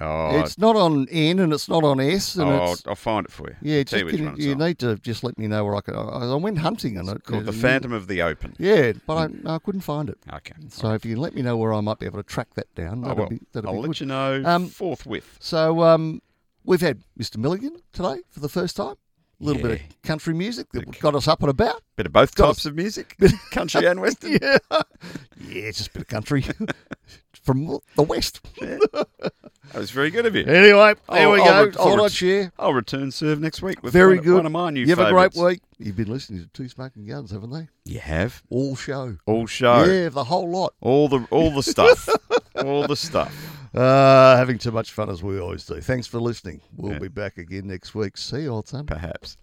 Speaker 2: Oh,
Speaker 1: It's not on N and it's not on S and
Speaker 2: oh, I'll,
Speaker 1: it's
Speaker 2: I'll find it for you.
Speaker 1: yeah. Just
Speaker 2: tell you which
Speaker 1: can-
Speaker 2: one it's
Speaker 1: you
Speaker 2: on.
Speaker 1: need to just let me know where I can. I, I went hunting and it
Speaker 2: called The
Speaker 1: uh,
Speaker 2: Phantom Mm. of the Open.
Speaker 1: Yeah, but I, no, I couldn't find it.
Speaker 2: Okay.
Speaker 1: So if you can let me know where I might be able to track that down,
Speaker 2: I
Speaker 1: that'd
Speaker 2: will.
Speaker 1: be that'd
Speaker 2: Oh, I'll
Speaker 1: be
Speaker 2: let
Speaker 1: good.
Speaker 2: you know
Speaker 1: Um,
Speaker 2: forthwith.
Speaker 1: So um, we've had Mr. Milligan today for the first time. A little bit
Speaker 2: Yeah.
Speaker 1: of country music that got us up and about.
Speaker 2: Bit of both
Speaker 1: Cos-
Speaker 2: types of music, country and western.
Speaker 1: Yeah, yeah, just a bit of country from the west.
Speaker 2: That was very good of you.
Speaker 1: Anyway, there
Speaker 2: I'll-
Speaker 1: we
Speaker 2: I'll
Speaker 1: go.
Speaker 2: ret- I'll
Speaker 1: Thought I'd
Speaker 2: ret-
Speaker 1: share.
Speaker 2: I'll return serve next week with
Speaker 1: Very
Speaker 2: one,
Speaker 1: good.
Speaker 2: one of my new
Speaker 1: you have
Speaker 2: favourites.
Speaker 1: a great week. You've been listening to Two Smoking Guns, haven't they?
Speaker 2: You have
Speaker 1: All show.
Speaker 2: all show,
Speaker 1: Yeah, the whole lot.
Speaker 2: all the all the stuff, all the stuff.
Speaker 1: Uh, having too much fun as we always do. Thanks for listening. We'll be back again next week. See you all, son.
Speaker 2: Perhaps.